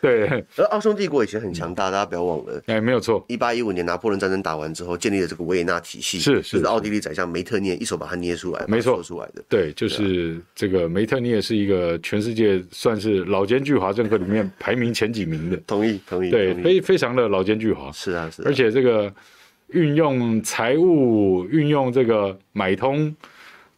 Speaker 1: 对 (laughs) 对，
Speaker 2: 而奥匈帝国以前很强大，大家不要忘了。
Speaker 1: 哎，没有错，
Speaker 2: 一八一五年拿破仑战争打完之后，建立了这个维也纳体系，
Speaker 1: 是是
Speaker 2: 就是奥地利宰相梅特涅一手把它捏出来，
Speaker 1: 没错
Speaker 2: 把它做出来的。
Speaker 1: 对，
Speaker 2: 啊
Speaker 1: 就是这个梅特尼也是一个全世界算是老奸巨猾政客里面排名前几名
Speaker 2: (laughs)
Speaker 1: 的，
Speaker 2: 同意，同意，
Speaker 1: 对，
Speaker 2: 同意，
Speaker 1: 非非常的老奸巨猾，
Speaker 2: 是啊，是啊，
Speaker 1: 而且这个运用财务、运用这个买通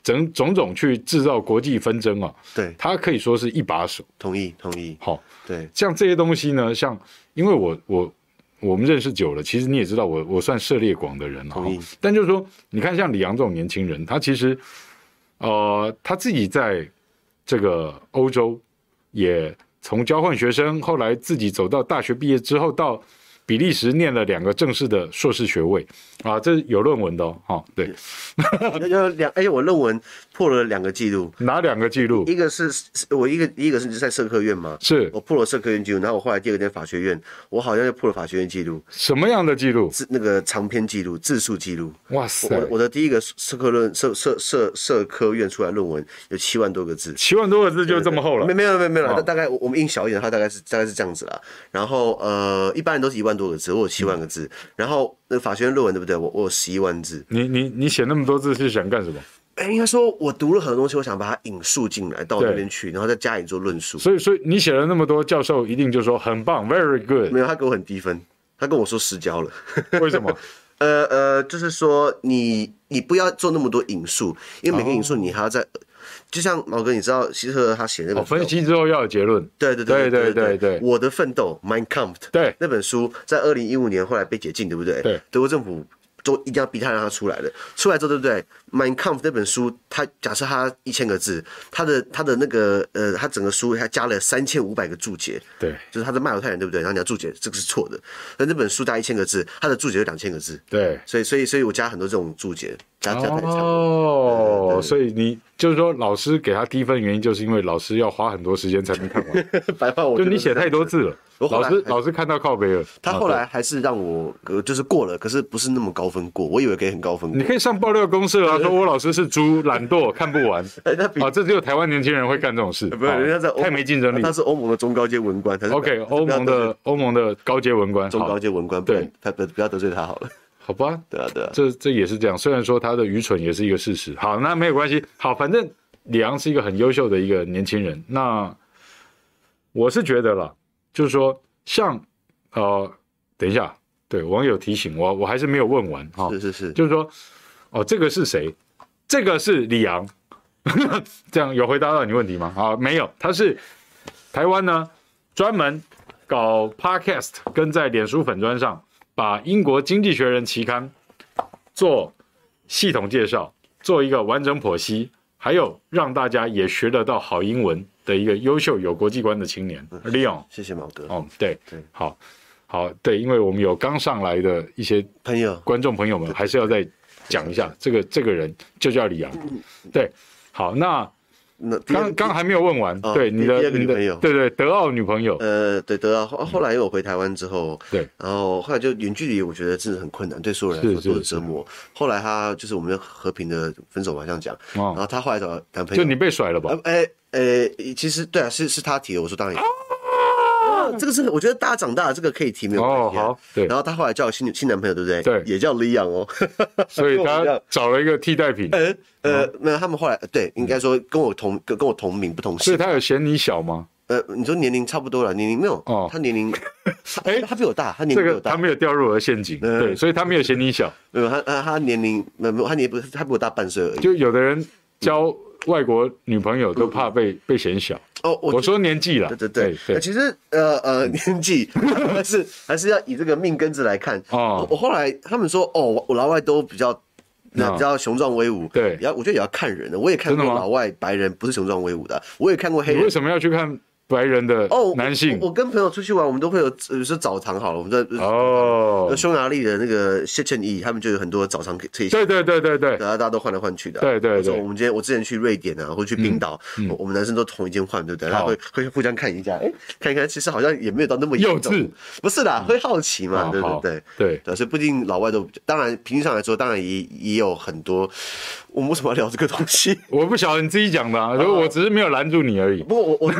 Speaker 1: 整种种去制造国际纷争啊，
Speaker 2: 对，
Speaker 1: 他可以说是一把手。
Speaker 2: 同意，同意，
Speaker 1: 好、
Speaker 2: 对， (laughs)
Speaker 1: 像这些东西呢，像因为我我我们认识久了，其实你也知道我我算涉猎广的人了哈
Speaker 2: 同意。
Speaker 1: 但就是说，你看像李阳这种年轻人，他其实呃他自己在这个欧洲也从交换学生，后来自己走到大学毕业之后到。比利时念了两个正式的硕士学位啊，这是有论文的哦，哦对，
Speaker 2: 要要两，哎，我论文破了两个记录，
Speaker 1: 哪两个记录？
Speaker 2: 一个是是我一个一个是在社科院嘛，
Speaker 1: 是
Speaker 2: 我破了社科院记录，然后我后来第二个在法学院，我好像又破了法学院记录，
Speaker 1: 什么样的记录？
Speaker 2: 字那个长篇记录、字数记录。
Speaker 1: 哇
Speaker 2: 我
Speaker 1: 塞
Speaker 2: 我，我的第一个社科论社社社社科院出来论文有七万多个字，
Speaker 1: 七万多个字就这么厚了
Speaker 2: 没。没有没有没有啦，
Speaker 1: 哦
Speaker 2: 大大概我我们印小一点，它大概是大概是这样子啦。然后呃，一般人都是一万多个字，我有七万个
Speaker 1: 嗯
Speaker 2: 字。然后那法学院论文对不对？我我有十一万字。
Speaker 1: 你你你写那么多字是想干什么？
Speaker 2: 哎，应该说我读了很多东西，我想把它引述进来到我
Speaker 1: 对
Speaker 2: 那边去，然后再加以做论述。
Speaker 1: 所以，所以你写了那么多，教授一定就说很棒，very good。
Speaker 2: 没有，他给我很低分，他跟我说失焦了。
Speaker 1: 为什
Speaker 2: (laughs)
Speaker 1: 么？
Speaker 2: 呃呃，就是说你你不要做那么多引述，因为每个引述你还要在，就像毛哥，你知道希特勒他写那个
Speaker 1: 我哦分析之后要有结论。
Speaker 2: 对对对
Speaker 1: 对
Speaker 2: 对
Speaker 1: 对
Speaker 2: 对
Speaker 1: 对
Speaker 2: 我的奋斗《Mind Camp》
Speaker 1: 对
Speaker 2: 那本书在二零一五年后来被解禁，对不对？
Speaker 1: 对，
Speaker 2: 德国政府都一定要逼他让他出来的。出来之后，对不对？《Mind Camp》那本书，它假设它一千个字，它的它的那个呃，它整个书它加了三千五百个注解，
Speaker 1: 对
Speaker 2: 就是他在卖犹太人，对不对？然后你要注解，这个是错的。那这本书大概一千个字，它的注解有两千个字，
Speaker 1: 对。
Speaker 2: 所以所以所以我加很多这种注解，加加太长。
Speaker 1: 哦
Speaker 2: 对对，对
Speaker 1: 所以你就是说，老师给他低分原因，就是因为老师要花很多时间才能看完，
Speaker 2: 白话我
Speaker 1: 就
Speaker 2: 觉得
Speaker 1: 你写
Speaker 2: 是这样
Speaker 1: 太多啊
Speaker 2: 子
Speaker 1: 字了。
Speaker 2: 我
Speaker 1: 老
Speaker 2: 后来
Speaker 1: 师
Speaker 2: 还
Speaker 1: 老师看到靠背了，哦
Speaker 2: 他后来还是让我呃，就是过了，可是不是那么高分过，我以为可以很高分
Speaker 1: 你
Speaker 2: 过。
Speaker 1: 可以上爆料公社啊，说我老师是猪，懒惰，看不
Speaker 2: (laughs)
Speaker 1: 完。
Speaker 2: 哎那比
Speaker 1: 啊，这只有台湾年轻人会干这种事，
Speaker 2: 不是
Speaker 1: 啊
Speaker 2: 人家在欧啊
Speaker 1: 太没竞争力
Speaker 2: 他。是欧盟的中高阶文官，他是
Speaker 1: OK，欧
Speaker 2: (laughs) 不要
Speaker 1: 盟
Speaker 2: 得罪
Speaker 1: 的欧盟的高阶文官，
Speaker 2: 中
Speaker 1: 好
Speaker 2: 高阶文官，
Speaker 1: 对
Speaker 2: 对，他不不要得罪他好了，
Speaker 1: 好吧，
Speaker 2: 对啊对啊，
Speaker 1: 这这也是这样，虽然说他的愚蠢也是一个事实。好，那没有关系。好，反正李昂是一个很优秀的一个年轻人。那我是觉得啦，就是说像呃，等一下，对网友提醒我，我还是没有问完哈、
Speaker 2: 是是是，
Speaker 1: 就是说哦，这个是谁？这个是李昂， (laughs) 这样有回答到你问题吗？啊，没有，他是台湾呢专门搞 podcast，跟在脸书粉砖上把英国《经济学人》期刊做系统介绍，做一个完整剖析，还有让大家也学得到好英文的一个优秀有国际观的青年 Leon。
Speaker 2: 谢谢毛哥，
Speaker 1: 哦，对
Speaker 2: 对，
Speaker 1: 好，好，对，因为我们有刚上来的一些
Speaker 2: 朋友，
Speaker 1: 观众朋友们还是要再讲一下，这个这个人就叫李阳，对，好，那
Speaker 2: 那
Speaker 1: 刚刚还没有问完，
Speaker 2: 哦
Speaker 1: 对
Speaker 2: 第
Speaker 1: 你的
Speaker 2: 第二个
Speaker 1: 你
Speaker 2: 女
Speaker 1: 的
Speaker 2: 朋友
Speaker 1: 对对，德奥女朋友，
Speaker 2: 呃，对，得到后后来因为我回台湾之后，
Speaker 1: 对，
Speaker 2: 然后后来就远距离，我觉得真的很困难，对所有人来
Speaker 1: 是
Speaker 2: 说
Speaker 1: 是
Speaker 2: 都是折磨。后来他就是我们和平的分手嘛，这样讲。然后他后来找男朋友，
Speaker 1: 就你被甩了吧
Speaker 2: 呃？呃呃，其实对啊，是是他提的，我说当然有。啊这个是我觉得大家长大了，这个可以提没有
Speaker 1: 哦
Speaker 2: 问，题啊、
Speaker 1: 好，对
Speaker 2: 然，后他后来交了新女新男朋友，对不对？
Speaker 1: 对
Speaker 2: 也叫李阳哦。
Speaker 1: 所以
Speaker 2: (laughs) 跟我一
Speaker 1: 他嗯
Speaker 2: 样
Speaker 1: 找了一个替代品，
Speaker 2: 呃，没有，他们后来呃对，应该说跟我同跟跟我同名不同
Speaker 1: 所以
Speaker 2: 姓。
Speaker 1: 他有嫌你小吗？
Speaker 2: 呃，你说年龄差不多了，年龄没有，
Speaker 1: 哦
Speaker 2: 他年龄，他
Speaker 1: (laughs) 哎
Speaker 2: 他比我大，他年
Speaker 1: 这
Speaker 2: 龄比
Speaker 1: 个
Speaker 2: 我
Speaker 1: 他
Speaker 2: 大，
Speaker 1: 没有掉入我的陷阱，
Speaker 2: 嗯
Speaker 1: 对，所以他没有嫌你小，
Speaker 2: 没有他他他年龄没有没有，他年龄不是他比我大半岁而已。
Speaker 1: 就有的人交外国女朋友都怕被被嫌小，
Speaker 2: 哦，我
Speaker 1: 我说年纪了，
Speaker 2: 对对对，
Speaker 1: 对
Speaker 2: 呃，其实呃呃， (laughs) 年纪还是还是要以这个命根子来看。
Speaker 1: 哦
Speaker 2: 我我后来他们说，哦，我我老外都比较。那
Speaker 1: 嗯
Speaker 2: 比较雄壮威武，
Speaker 1: 对
Speaker 2: 也要我觉得也要看人的。我也看
Speaker 1: 真
Speaker 2: 过
Speaker 1: 的吗
Speaker 2: 老外白人不是雄壮威武的，我也看过黑
Speaker 1: 你为
Speaker 2: 人。
Speaker 1: 什么要去看白人的
Speaker 2: 哦，
Speaker 1: 男
Speaker 2: 我
Speaker 1: 性
Speaker 2: 我？我跟朋友出去玩，我们都会有，呃有时候澡堂好了，我们在
Speaker 1: 哦
Speaker 2: 呃，匈牙利的那个谢倩怡，他们就有很多澡堂可以可以
Speaker 1: 对对对对对，
Speaker 2: 对啊，大家都换来换去的啊、
Speaker 1: 对对对嗯
Speaker 2: 或者我们今天我之前去瑞典啊，或者去冰岛，我我们男生都同一间换，对不对？他
Speaker 1: 好
Speaker 2: 会会互相看一下，哎，看一看，其实好像也没有到那么严重
Speaker 1: 幼稚，嗯
Speaker 2: 不是啦，会好奇
Speaker 1: 哦
Speaker 2: 嘛，
Speaker 1: 好
Speaker 2: 啊对
Speaker 1: 好
Speaker 2: 不对？
Speaker 1: 对
Speaker 2: 对，所以不一定老外都，当然平均上来说，当然也也有很多我们为什么要聊这个东西？ (laughs)
Speaker 1: 我不晓得你自己讲的、啊，我只是没有拦住你而已。
Speaker 2: 不过我我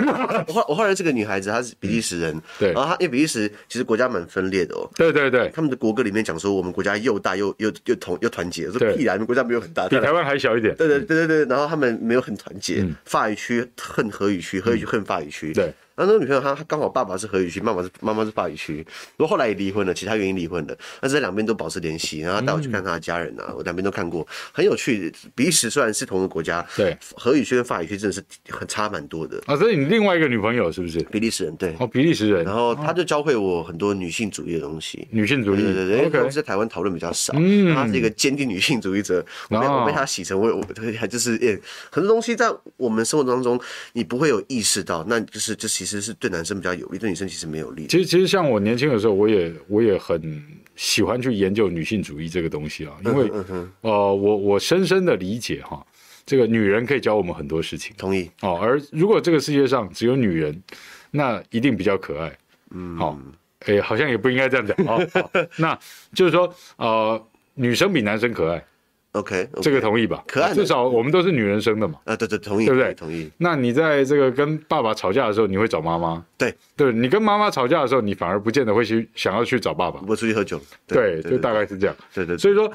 Speaker 2: 我后我后来这个女孩子她是比利时人，
Speaker 1: 嗯对
Speaker 2: 然后她因为比利时其实国家蛮分裂的哦，
Speaker 1: 对对对，
Speaker 2: 他们的国歌里面讲说我们国家又大又又又同又团结，我说
Speaker 1: 对
Speaker 2: 屁啦，你们国家没有很大，
Speaker 1: 比台湾还小一点。
Speaker 2: 对对对对对，然后他们没有很团结，法语区恨荷语区，荷语区恨法语区。
Speaker 1: 对
Speaker 2: 然后那个女朋友她她刚好爸爸是荷语区，妈妈是妈妈是法语区，不过后来也离婚了，其他原因离婚了，但是两边都保持联系，然后她带我去看她的家人啊，我两边都看过，很有趣。比利时虽然是同一个国家，
Speaker 1: 对，
Speaker 2: 荷语区跟法语区真的是很差蛮多的。
Speaker 1: 啊，这是你另外一个女朋友是不是？
Speaker 2: 比利时人对，
Speaker 1: 哦，比利时人
Speaker 2: 然，后她就教会我很多女性主义的东西。
Speaker 1: 女性主义。
Speaker 2: 对对对，因为他
Speaker 1: 嗯 OK，
Speaker 2: 们在台湾讨论比较少，
Speaker 1: 嗯
Speaker 2: 他是一个坚定女性主义者，我被
Speaker 1: 哦
Speaker 2: 我被他洗成我我还就是也很多东西在我们生活当中你不会有意识到，那就是这其实是对男生比较有利，对女生其实没有利。
Speaker 1: 其实，其实像我年轻的时候，我也我也很喜欢去研究女性主义这个东西啊，因为、
Speaker 2: 嗯
Speaker 1: 呃，我我深深的理解哈，这个女人可以教我们很多事情
Speaker 2: 同意，
Speaker 1: 哦，而如果这个世界上只有女人，那一定比较可爱，嗯，好、诶，好像也不应该这样讲哦。
Speaker 2: (laughs)
Speaker 1: 好那就是说，呃，女生比男生可爱，
Speaker 2: ，OK，, o k
Speaker 1: 这个同意吧？
Speaker 2: 可爱的
Speaker 1: 至少我们都是女人生的嘛。
Speaker 2: 啊，对对，同意，
Speaker 1: 对不对
Speaker 2: 同意，
Speaker 1: 那你在这个跟爸爸吵架的时候，你会找妈妈？
Speaker 2: 对，
Speaker 1: 对你跟妈妈吵架的时候，你反而不见得会去想要去找爸爸。
Speaker 2: 我出去喝酒，
Speaker 1: 对，
Speaker 2: 对
Speaker 1: 就大概是这样。
Speaker 2: 对对，对
Speaker 1: 所以说，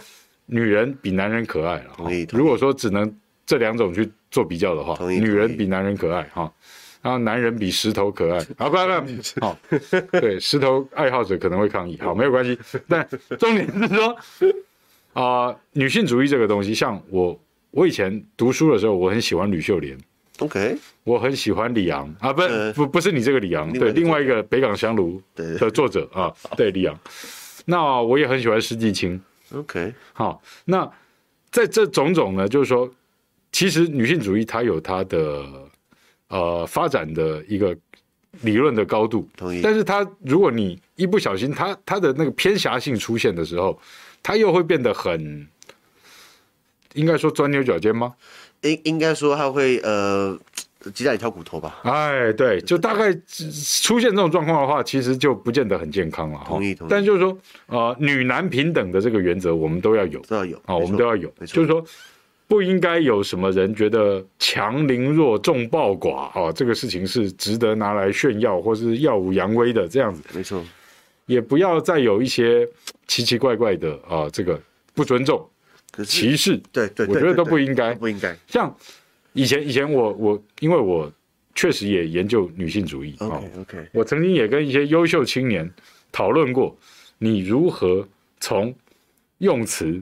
Speaker 1: 女人比男人可爱了。
Speaker 2: 同意同意
Speaker 1: 如果说只能这两种去做比较的话，
Speaker 2: 同意
Speaker 1: 女
Speaker 2: 同
Speaker 1: 人
Speaker 2: 意
Speaker 1: 比男人可爱哈，然后男人比石头可爱。啊，不
Speaker 2: (laughs)
Speaker 1: 不，好，对，石头爱好者可能会抗议。好，没有关系。但重点是说，啊、女性主义这个东西，像我，我以前读书的时候，我很喜欢吕秀莲。
Speaker 2: ，OK，
Speaker 1: 我很喜欢李昂啊，不
Speaker 2: 呃
Speaker 1: 不不是你这个李昂，
Speaker 2: 另
Speaker 1: 对，
Speaker 2: 外一个
Speaker 1: 另外一个北港香炉
Speaker 2: 对对
Speaker 1: 的作者啊，对李昂。那我也很喜欢施季青。
Speaker 2: ，OK，
Speaker 1: 好，那在这种种呢，就是说，其实女性主义它有它的呃发展的一个理论的高度，
Speaker 2: 同意
Speaker 1: 但是它如果你一不小心，它它的那个偏狭性出现的时候，它又会变得很，应该说钻牛角尖吗？
Speaker 2: 应应该说他会呃鸡蛋里挑骨头吧，
Speaker 1: 哎，对，就大概出现这种状况的话，其实就不见得很健康了。哈
Speaker 2: 同意同意
Speaker 1: 但就是说，呃，女男平等的这个原则，我们都要有
Speaker 2: 都要有，
Speaker 1: 啊、
Speaker 2: 没
Speaker 1: 我们
Speaker 2: 错
Speaker 1: 都要有。
Speaker 2: 没错
Speaker 1: 就是说，不应该有什么人觉得强凌弱、众暴寡哦，这个事情是值得拿来炫耀或是耀武扬威的这样子，
Speaker 2: 没错，
Speaker 1: 也不要再有一些奇奇怪怪的啊、这个不尊重、
Speaker 2: 可是
Speaker 1: 歧视，
Speaker 2: 对对，
Speaker 1: 我
Speaker 2: 对
Speaker 1: 觉得
Speaker 2: 对
Speaker 1: 都
Speaker 2: 对
Speaker 1: 不应该
Speaker 2: 都。不应该
Speaker 1: 像以前以前我我因为我确实也研究女性主义哦
Speaker 2: ，OK OK，
Speaker 1: 我曾经也跟一些优秀青年讨论过，你如何从用词，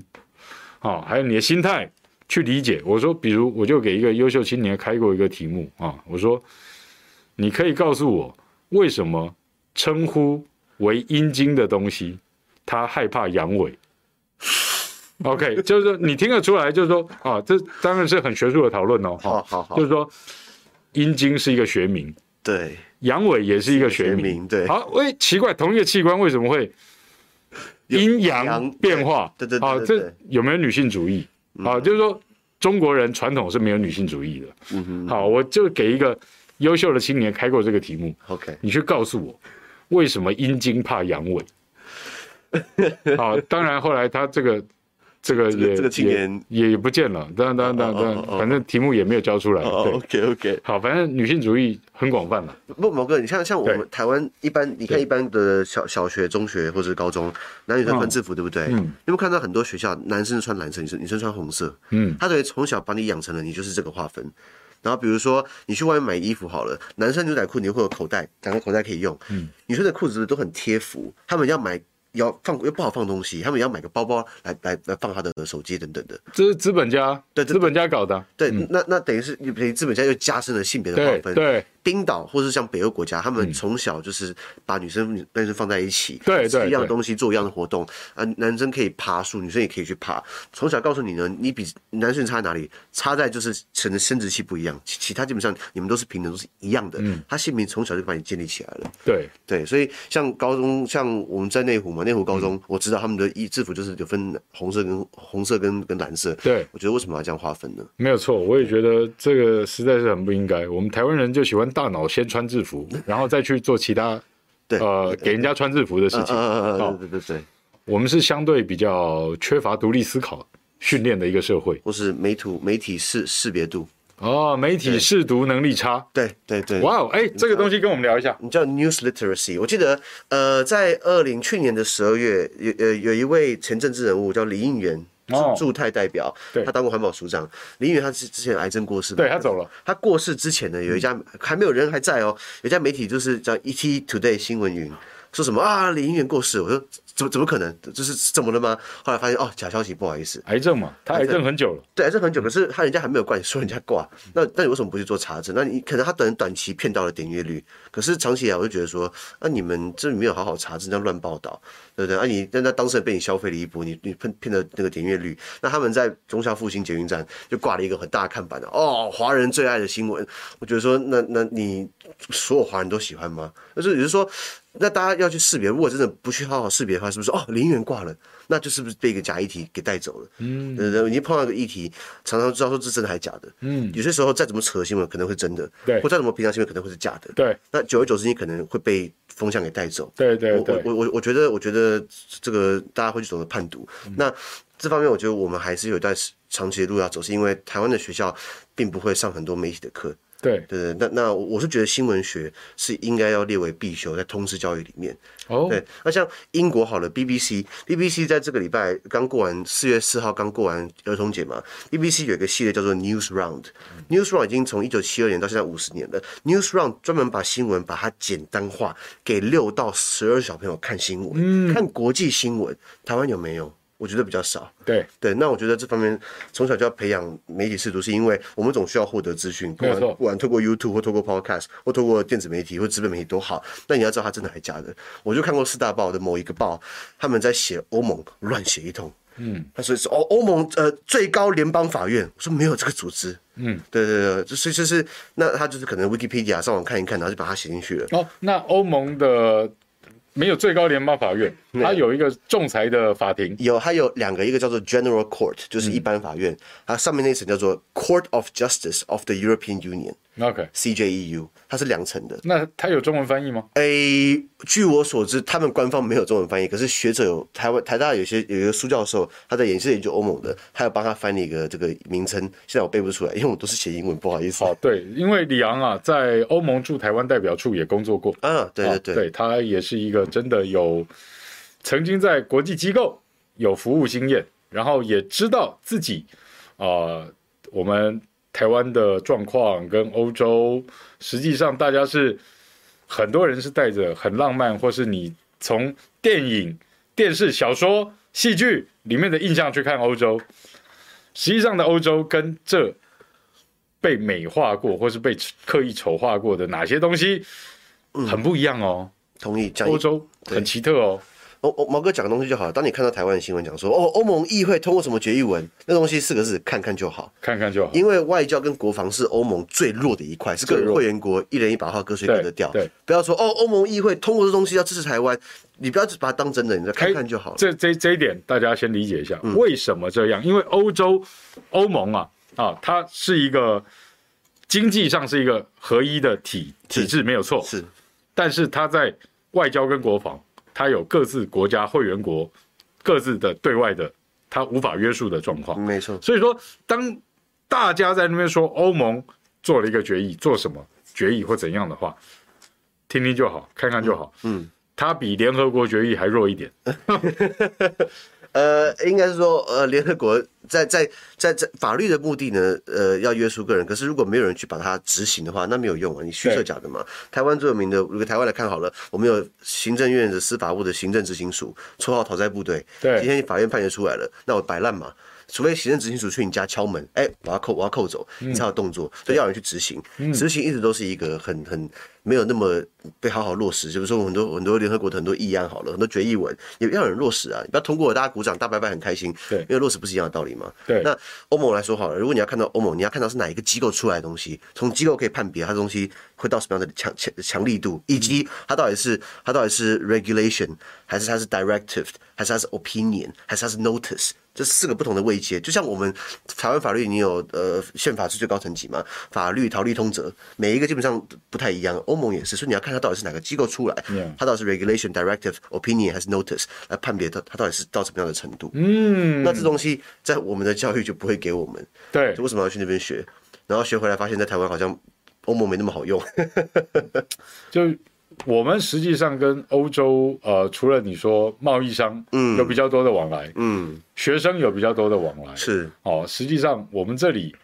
Speaker 1: 啊、还有你的心态去理解。我说，比如我就给一个优秀青年开过一个题目啊、我说，你可以告诉我为什么称呼为阴茎的东西，他害怕阳痿。OK，就是
Speaker 2: (laughs)
Speaker 1: 说你听得出来，就是说啊，这当然是很学术的讨论哦，哈
Speaker 2: 好好好
Speaker 1: 就，是说阴茎是一个学名，
Speaker 2: 对，
Speaker 1: 阳痿也是一个学
Speaker 2: 全
Speaker 1: 名。
Speaker 2: 名对。
Speaker 1: 好，喂，奇怪，同一个器官为什么会阴阳
Speaker 2: 阳
Speaker 1: 变化？
Speaker 2: 对对对
Speaker 1: 好，
Speaker 2: 对对
Speaker 1: 这有没有女性主义？啊，就是说中国人传统是没有女性主义的。
Speaker 2: 嗯哼
Speaker 1: 好，我就给一个优秀的青年开过这个题目，
Speaker 2: ，OK，
Speaker 1: 你去告诉我为什么阴茎怕阳
Speaker 2: (laughs)
Speaker 1: 痿？好，当然后来他这个。这个
Speaker 2: 这个
Speaker 1: 也
Speaker 2: 这个青年
Speaker 1: 也也不见了，当然当然当然当
Speaker 2: 哦哦哦
Speaker 1: 然，
Speaker 2: 哦
Speaker 1: 反正题目也没有交出来。
Speaker 2: 哦
Speaker 1: 对，
Speaker 2: ，OK OK，
Speaker 1: 好，反正女性主义很广泛了。
Speaker 2: 不，毛哥，你像像我
Speaker 1: 对
Speaker 2: 们台湾一般，你看
Speaker 1: 对
Speaker 2: 一般的小小学、中学或者是高中，男女生穿制服，对不对？
Speaker 1: 嗯
Speaker 2: 你有没有看到很多学校男生穿蓝色，女生女生穿红色？
Speaker 1: 嗯，
Speaker 2: 他等于从小把你养成了，你就是这个划分。然后比如说你去外面买衣服好了，男生牛仔裤你会有口袋，两个口袋可以用。嗯，女生的裤子都很贴服，他们要买要放又不好放东西，他们要买个包包来来来放他的手机等等的。
Speaker 1: 这是资本家，
Speaker 2: 对对
Speaker 1: 资本家搞的。啊
Speaker 2: 对，那那等于是等于资本家又加深了性别的
Speaker 1: 嗯
Speaker 2: 划
Speaker 1: 对
Speaker 2: 分。
Speaker 1: 对嗯
Speaker 2: 冰岛或是像北欧国家，他们从小就是把女生、男生放在一起，
Speaker 1: 对对
Speaker 2: 吃一样
Speaker 1: 对
Speaker 2: 的东西，做一样的活动。啊，男生可以爬树，女生也可以去爬。从小告诉你呢，你比男生差在哪里？差在就是可能生殖器不一样，其其他基本上你们都是平等，都是一样的。
Speaker 1: 嗯
Speaker 2: 他性别从小就把你建立起来了。
Speaker 1: 对，
Speaker 2: 对，所以像高中，像我们在内湖嘛，内湖
Speaker 1: 嗯
Speaker 2: 高中，我知道他们的衣制服就是有分红色跟红色跟跟蓝色。
Speaker 1: 对
Speaker 2: 我觉得为什么要这样划分呢？
Speaker 1: 没有错，我也觉得这个实在是很不应该。我们台湾人就喜欢大脑先穿制
Speaker 2: (laughs)
Speaker 1: 服，然后再去做其他，
Speaker 2: 对
Speaker 1: 呃，给人家穿制服的事
Speaker 2: 嗯
Speaker 1: 情。
Speaker 2: 嗯嗯
Speaker 1: 好
Speaker 2: 嗯，对对对对，
Speaker 1: 我们是相对比较缺乏独立思考、训练的一个社会。
Speaker 2: 或是媒图媒体识识别度。
Speaker 1: 哦，媒体试读能力差。
Speaker 2: 对对对，
Speaker 1: 哇哦，哎，这个东西跟我们聊一下。
Speaker 2: 你叫 news literacy。我记得，呃，在二零去年的十二月，有呃有一位前政治人物叫李应元，
Speaker 1: 哦
Speaker 2: 驻驻泰代表，
Speaker 1: 对
Speaker 2: 他当过环保署长。李应元他之之前癌症过世嘛，
Speaker 1: 对他走了。
Speaker 2: 他过世之前呢，有一家还没有人还在哦，有一家媒体就是叫 ET Today 新闻云，说什么啊李应元过世，我说怎么怎么可能，这是怎么了吗？后来发现哦假消息，不好意思，
Speaker 1: 癌症嘛，他癌症很久了。
Speaker 2: 对，这很久，可是他人家还没有挂，你说人家挂，那那你为什么不去做查证？那你可能他短短期骗到了点阅率，可是长期以来我就觉得说，那、你们这没有好好查证，这样乱报道，对不对？那、你那那当事人被你消费了一波，你你骗骗的那个点阅率，那他们在中校复兴捷运站就挂了一个很大的看板的哦，华人最爱的新闻。我觉得说，那那你所有华人都喜欢吗？就是也就是说，那大家要去识别，如果真的不去好好识别的话，是不是哦林园挂了，那就是不是被一个假议题给带走了？嗯，对对，你碰到一个议题，常常知道说这真的还假的。嗯，有些时候再怎么扯新闻可能会真的，
Speaker 1: 对
Speaker 2: 或再怎么平常新闻可能会是假的。
Speaker 1: 对，
Speaker 2: 那久而久之，你可能会被风向给带走。
Speaker 1: 对对
Speaker 2: 我
Speaker 1: 对，
Speaker 2: 我我我觉得，我觉得这个大家会去懂得判读。
Speaker 1: 嗯
Speaker 2: 那这方面，我觉得我们还是有一段长期的路要走，是因为台湾的学校并不会上很多媒体的课。
Speaker 1: 对，
Speaker 2: 对对，那那我我是觉得新闻学是应该要列为必修，在通识教育里面。
Speaker 1: 哦，
Speaker 2: 对，那像英国好了，BBC，BBC 在这个礼拜刚过完四月四号刚过完儿童节嘛，BBC 有一个系列叫做 News Round，News Round 已经从一九七二年到现在五十年了，News Round 专门把新闻把它简单化，给六到十二小朋友看新闻，看国际新闻，台湾有没有？我觉得比较少。
Speaker 1: 对，
Speaker 2: 对，那我觉得这方面从小就要培养媒体视读，是因为我们总需要获得资讯，不
Speaker 1: 没有
Speaker 2: 管
Speaker 1: 错
Speaker 2: 不管透过 YouTube 或透过 Podcast 或透过电子媒体或资本媒体都好。那你要知道它真的还假的。我就看过四大报的某一个报，他们在写欧盟乱写一通。嗯，他说是欧欧盟呃最高联邦法院，我说没有这个组织。嗯，对对对，就所以就是那他就是可能 Wikipedia 上网看一看，然后就把它写进去了。
Speaker 1: 哦，那欧盟的没有最高联邦法院，它有一个仲裁的法庭。
Speaker 2: 有，它有两个，一个叫做 General Court，就是
Speaker 1: 嗯
Speaker 2: 一般法院，它上面那一层叫做 Court of Justice of the European Union。
Speaker 1: OK，
Speaker 2: CJEU，它 E 是两层的。
Speaker 1: 那它有中文翻译吗？
Speaker 2: 诶、据我所知，他们官方没有中文翻译，可是学者有台湾台大有些有一个苏教授，他在研是研究欧盟的，他有帮他翻译一个这个名称，现在我背不出来，因为我都是写英文，不好意思。
Speaker 1: 哦，对，因为李昂啊，在欧盟驻台湾代表处也工作过。
Speaker 2: 啊，对对对，
Speaker 1: 对他也是一个真的有曾经在国际机构有服务经验，然后也知道自己啊、呃我们台湾的状况跟欧洲，实际上大家是很多人是带着很浪漫，或是你从电影、电视、小说、戏剧里面的印象去看欧洲，实际上的欧洲跟这。被美化过，或是被刻意丑化过的哪些东西，很不一样哦。
Speaker 2: 同意讲
Speaker 1: 欧洲很奇特哦，
Speaker 2: 欧欧毛哥讲的东西就好了。当你看到台湾的新闻讲说，哦，欧盟议会通过什么决议文，那东西四个字，看看就好。
Speaker 1: 看看就好。
Speaker 2: 因为外交跟国防是欧盟最弱的一块，是各
Speaker 1: 最弱
Speaker 2: 会员国一人一把号，各随各的调。
Speaker 1: 对对
Speaker 2: 不要说哦，欧盟议会通过这东西要支持台湾，你不要只把它当真的，你再看看就好了。
Speaker 1: 这这这一点大家先理解一下，
Speaker 2: 嗯
Speaker 1: 为什么这样？因为欧洲欧盟啊啊，它是一个经济上是一个合一的体体制，没有错。
Speaker 2: 是
Speaker 1: 但是它在外交跟国防，它有各自国家会员国各自的对外的，它无法约束的状况。
Speaker 2: 没错，
Speaker 1: 所以说，当大家在那边说欧盟做了一个决议，做什么决议或怎样的话，听听就好，看看就好。嗯，它比联合国决议还弱一点。
Speaker 2: 呃，应该是说，呃，联合国在在在在法律的目的呢，呃，要约束个人。可是如果没有人去把它执行的话，那没有用啊，你虚设
Speaker 1: 对
Speaker 2: 假的嘛。台湾最有名的，如果台湾来看好了，我们有行政院的司法部的行政执行署，绰号讨债部队。
Speaker 1: 对
Speaker 2: 今天法院判决出来了，那我摆烂嘛。除非行政执行署去你家敲门，哎、我要扣，我要扣走，
Speaker 1: 嗯
Speaker 2: 你才有动作，所以要有人去执行。执行一直都是一个很很没有那么被好好落实，就是说很多很多联合国的很多议案好了，很多决议文也要有人落实啊，你不要通过大家鼓掌大拜拜很开心，
Speaker 1: 对
Speaker 2: 因为落实不是一样的道理吗？
Speaker 1: 对
Speaker 2: 那欧盟来说好了，如果你要看到欧盟，你要看到是哪一个机构出来的东西，从机构可以判别它的东西会到什么样的强强强力度，以及它到底是它到底是 regulation，还是它是 directive，还是它是 opinion，还是它是 notice。这四个不同的位阶，就像我们台湾法律，你有呃宪法是最高层级嘛，法律、条例、通则，每一个基本上不太一样。欧盟也是，所以你要看它到底是哪个机构出来
Speaker 1: Yeah
Speaker 2: 它到底是 regulation、directive、opinion 还是 notice 来判别它它到底是到什么样的程度。
Speaker 1: 嗯，
Speaker 2: 那这东西在我们的教育就不会给我们，
Speaker 1: 对
Speaker 2: 就，为什么要去那边学？然后学回来发现，在台湾好像欧盟没那么好用。
Speaker 1: 就我们实际上跟欧洲呃，除了你说贸易商，嗯，有比较多的往来，
Speaker 2: 嗯，
Speaker 1: 学生有比较多的往来，
Speaker 2: (laughs) 是，
Speaker 1: 哦，实际上我们这里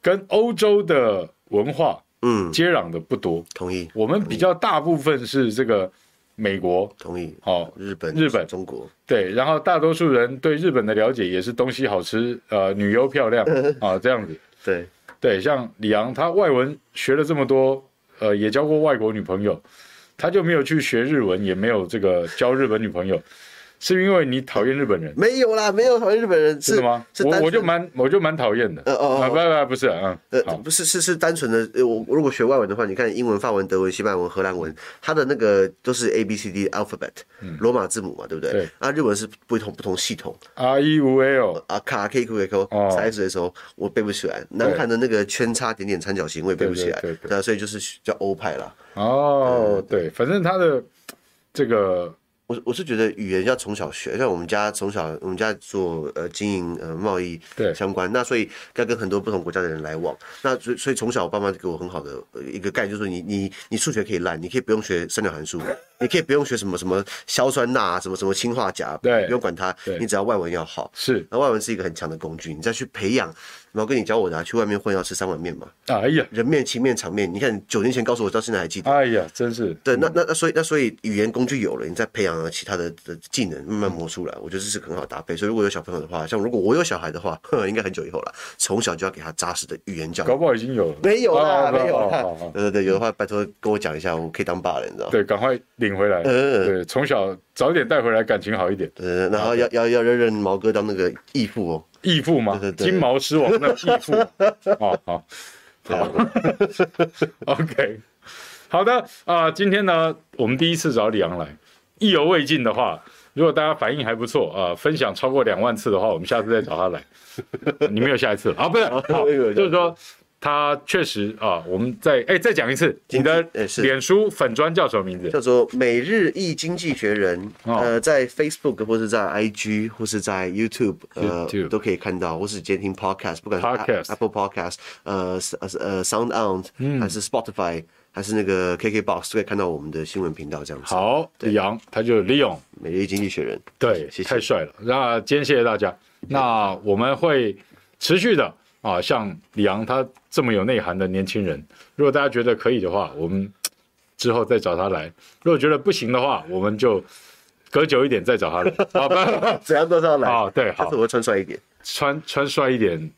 Speaker 1: 跟欧洲的文化
Speaker 2: 嗯，
Speaker 1: 接壤的不多，
Speaker 2: 同意，
Speaker 1: 我们比较大部分是这个美国，
Speaker 2: 同意。
Speaker 1: 哦，
Speaker 2: 日本、
Speaker 1: 日本
Speaker 2: 中国，
Speaker 1: 对，然后大多数人对日本的了解也是东西好吃，呃，女优漂亮
Speaker 2: 嗯
Speaker 1: 啊这样子。
Speaker 2: 对，
Speaker 1: 对，像李昂他外文学了这么多，呃，也交过外国女朋友，他就没有去学日文，也没有这个交日本女朋友，是因为你讨厌日本人，
Speaker 2: 没有啦，没有讨厌日本人
Speaker 1: 真
Speaker 2: 是
Speaker 1: 的吗？
Speaker 2: 是
Speaker 1: 我
Speaker 2: 单
Speaker 1: 我就
Speaker 2: 纯
Speaker 1: 蛮我就蛮讨厌的。
Speaker 2: 呃哦哦
Speaker 1: 啊，不不不是，嗯，
Speaker 2: 呃，
Speaker 1: 好，
Speaker 2: 不是是是单纯的，呃我我如果学外文的话，你看英文、法文、德文、西班牙文、荷兰文，它的那个都是 A B C D alphabet，罗马字母嘛，嗯对不对？
Speaker 1: 对。
Speaker 2: 啊，日文是不同不同系统，
Speaker 1: r e u l
Speaker 2: 啊，卡 K Q K Q
Speaker 1: 哦
Speaker 2: S S O，我背不起来。南韩的那个圈叉点点三角形我也背不起来，
Speaker 1: 对对对对
Speaker 2: 啊，所以就是叫欧派啦。
Speaker 1: 哦，
Speaker 2: 嗯
Speaker 1: 对，反正他的这个
Speaker 2: 我我是觉得语言要从小学，像我们家从小我们家做呃经营呃贸易
Speaker 1: 对
Speaker 2: 相关，那所以要跟很多不同国家的人来往，那所以所以从小我爸妈就给我很好的呃一个概念，就是你你你数学可以烂，你可以不用学三角函数，你可以不用学什么什么硝酸钠啊，什么什么氰化钾，
Speaker 1: 对
Speaker 2: 不用管它
Speaker 1: 对，
Speaker 2: 你只要外文要好。
Speaker 1: 是，
Speaker 2: 那外文是一个很强的工具，你再去培养，然后跟你教我的、啊，去外面混要吃三碗面嘛，
Speaker 1: 哎呀，
Speaker 2: 人面、情面、场面，你看九年前告诉我，到现在还记得。
Speaker 1: 哎呀，真是
Speaker 2: 对，那那那所以那所以语言工具有了，你再培养了其他的的技能，
Speaker 1: 嗯
Speaker 2: 慢慢磨出来，我觉得这是很好搭配。所以如果有小朋友的话，像如果我有小孩的话， (laughs) 呵应该很久以后了，从小就要给他扎实的语言教育
Speaker 1: 搞。不好已经有了，
Speaker 2: (laughs) 没有啦，
Speaker 1: 哦
Speaker 2: 没有啦
Speaker 1: 哦哦哦。
Speaker 2: (laughs) 对对对，有的话拜托跟我讲一下，我可以当爸了，你知道吗？
Speaker 1: 对，赶快领回来。
Speaker 2: 嗯
Speaker 1: 对，从小早点带回来，感情好一点。
Speaker 2: 呃，然后要要要认认毛哥当那个义父哦。
Speaker 1: 义父嘛，
Speaker 2: 对对
Speaker 1: 金毛狮王的义父。哦，好好，OK，好的啊、今天呢，我们第一次找李阳来，意犹未尽的话，如果大家反应还不错啊、分享超过两万次的话，我们下次再找他来。你没有下一次了啊？不
Speaker 2: (laughs)
Speaker 1: 是，好，就是说。他确实啊，我们再哎再讲一次，你的
Speaker 2: 哎是
Speaker 1: 脸书粉砖叫什么名字？
Speaker 2: 叫做《每日易经济学人》
Speaker 1: 哦
Speaker 2: 呃，在 Facebook 或是在 IG 或是在 YouTube 呃
Speaker 1: YouTube
Speaker 2: 都可以看到，或是直接听 Podcast，不管是
Speaker 1: Podcast 嗯
Speaker 2: Apple Podcast 呃是呃是呃 Sound On、还是 Spotify 还是那个 KKBox 都可以看到我们的新闻频道这样子。《
Speaker 1: 好，李阳，他就是李勇。
Speaker 2: 每日易经济学人》
Speaker 1: 对，
Speaker 2: 谢谢
Speaker 1: 太帅了。那今天谢谢大家。那我们会持续的啊，像李昂他这么有内涵的年轻人，如果大家觉得可以的话，我们之后再找他来；如果觉得不行的话，我们就隔久一点再找他来。
Speaker 2: (laughs)
Speaker 1: 好吧？
Speaker 2: 怎样都是要来。
Speaker 1: 啊，对，
Speaker 2: 下
Speaker 1: 好
Speaker 2: 次，我会穿帅一点。
Speaker 1: 穿穿帅一点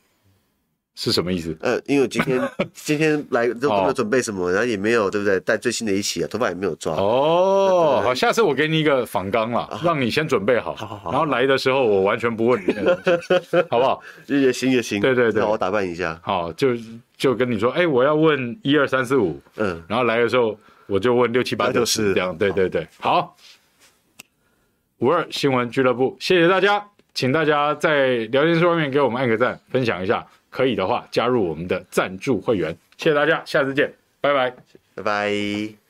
Speaker 1: 是什么意思？
Speaker 2: 呃，因为我今
Speaker 1: (laughs)
Speaker 2: 天今天来都
Speaker 1: 哦
Speaker 2: 没有准备什么，然后也没有对不对？带最新的一起啊，头发也没有抓。
Speaker 1: 哦，好，下次我给你一个仿纲啦，让你先准备好，
Speaker 2: 啊好好
Speaker 1: 然后来的时候我完全不问你，好不好？
Speaker 2: 日月新月新，
Speaker 1: 对对对
Speaker 2: 让我打扮一下。
Speaker 1: 好，就就跟你说，哎，我要问一二三四五，
Speaker 2: 嗯，
Speaker 1: 然后来的时候我就问六七八
Speaker 2: 那
Speaker 1: 九
Speaker 2: 就
Speaker 1: 十
Speaker 2: 是
Speaker 1: 这样，对对对，好。五二新闻俱乐部，谢谢大家，请大家在聊天室外面给我们按个赞，分享一下，可以的话加入我们的赞助会员，谢谢大家，下次见，拜拜。
Speaker 2: 拜拜。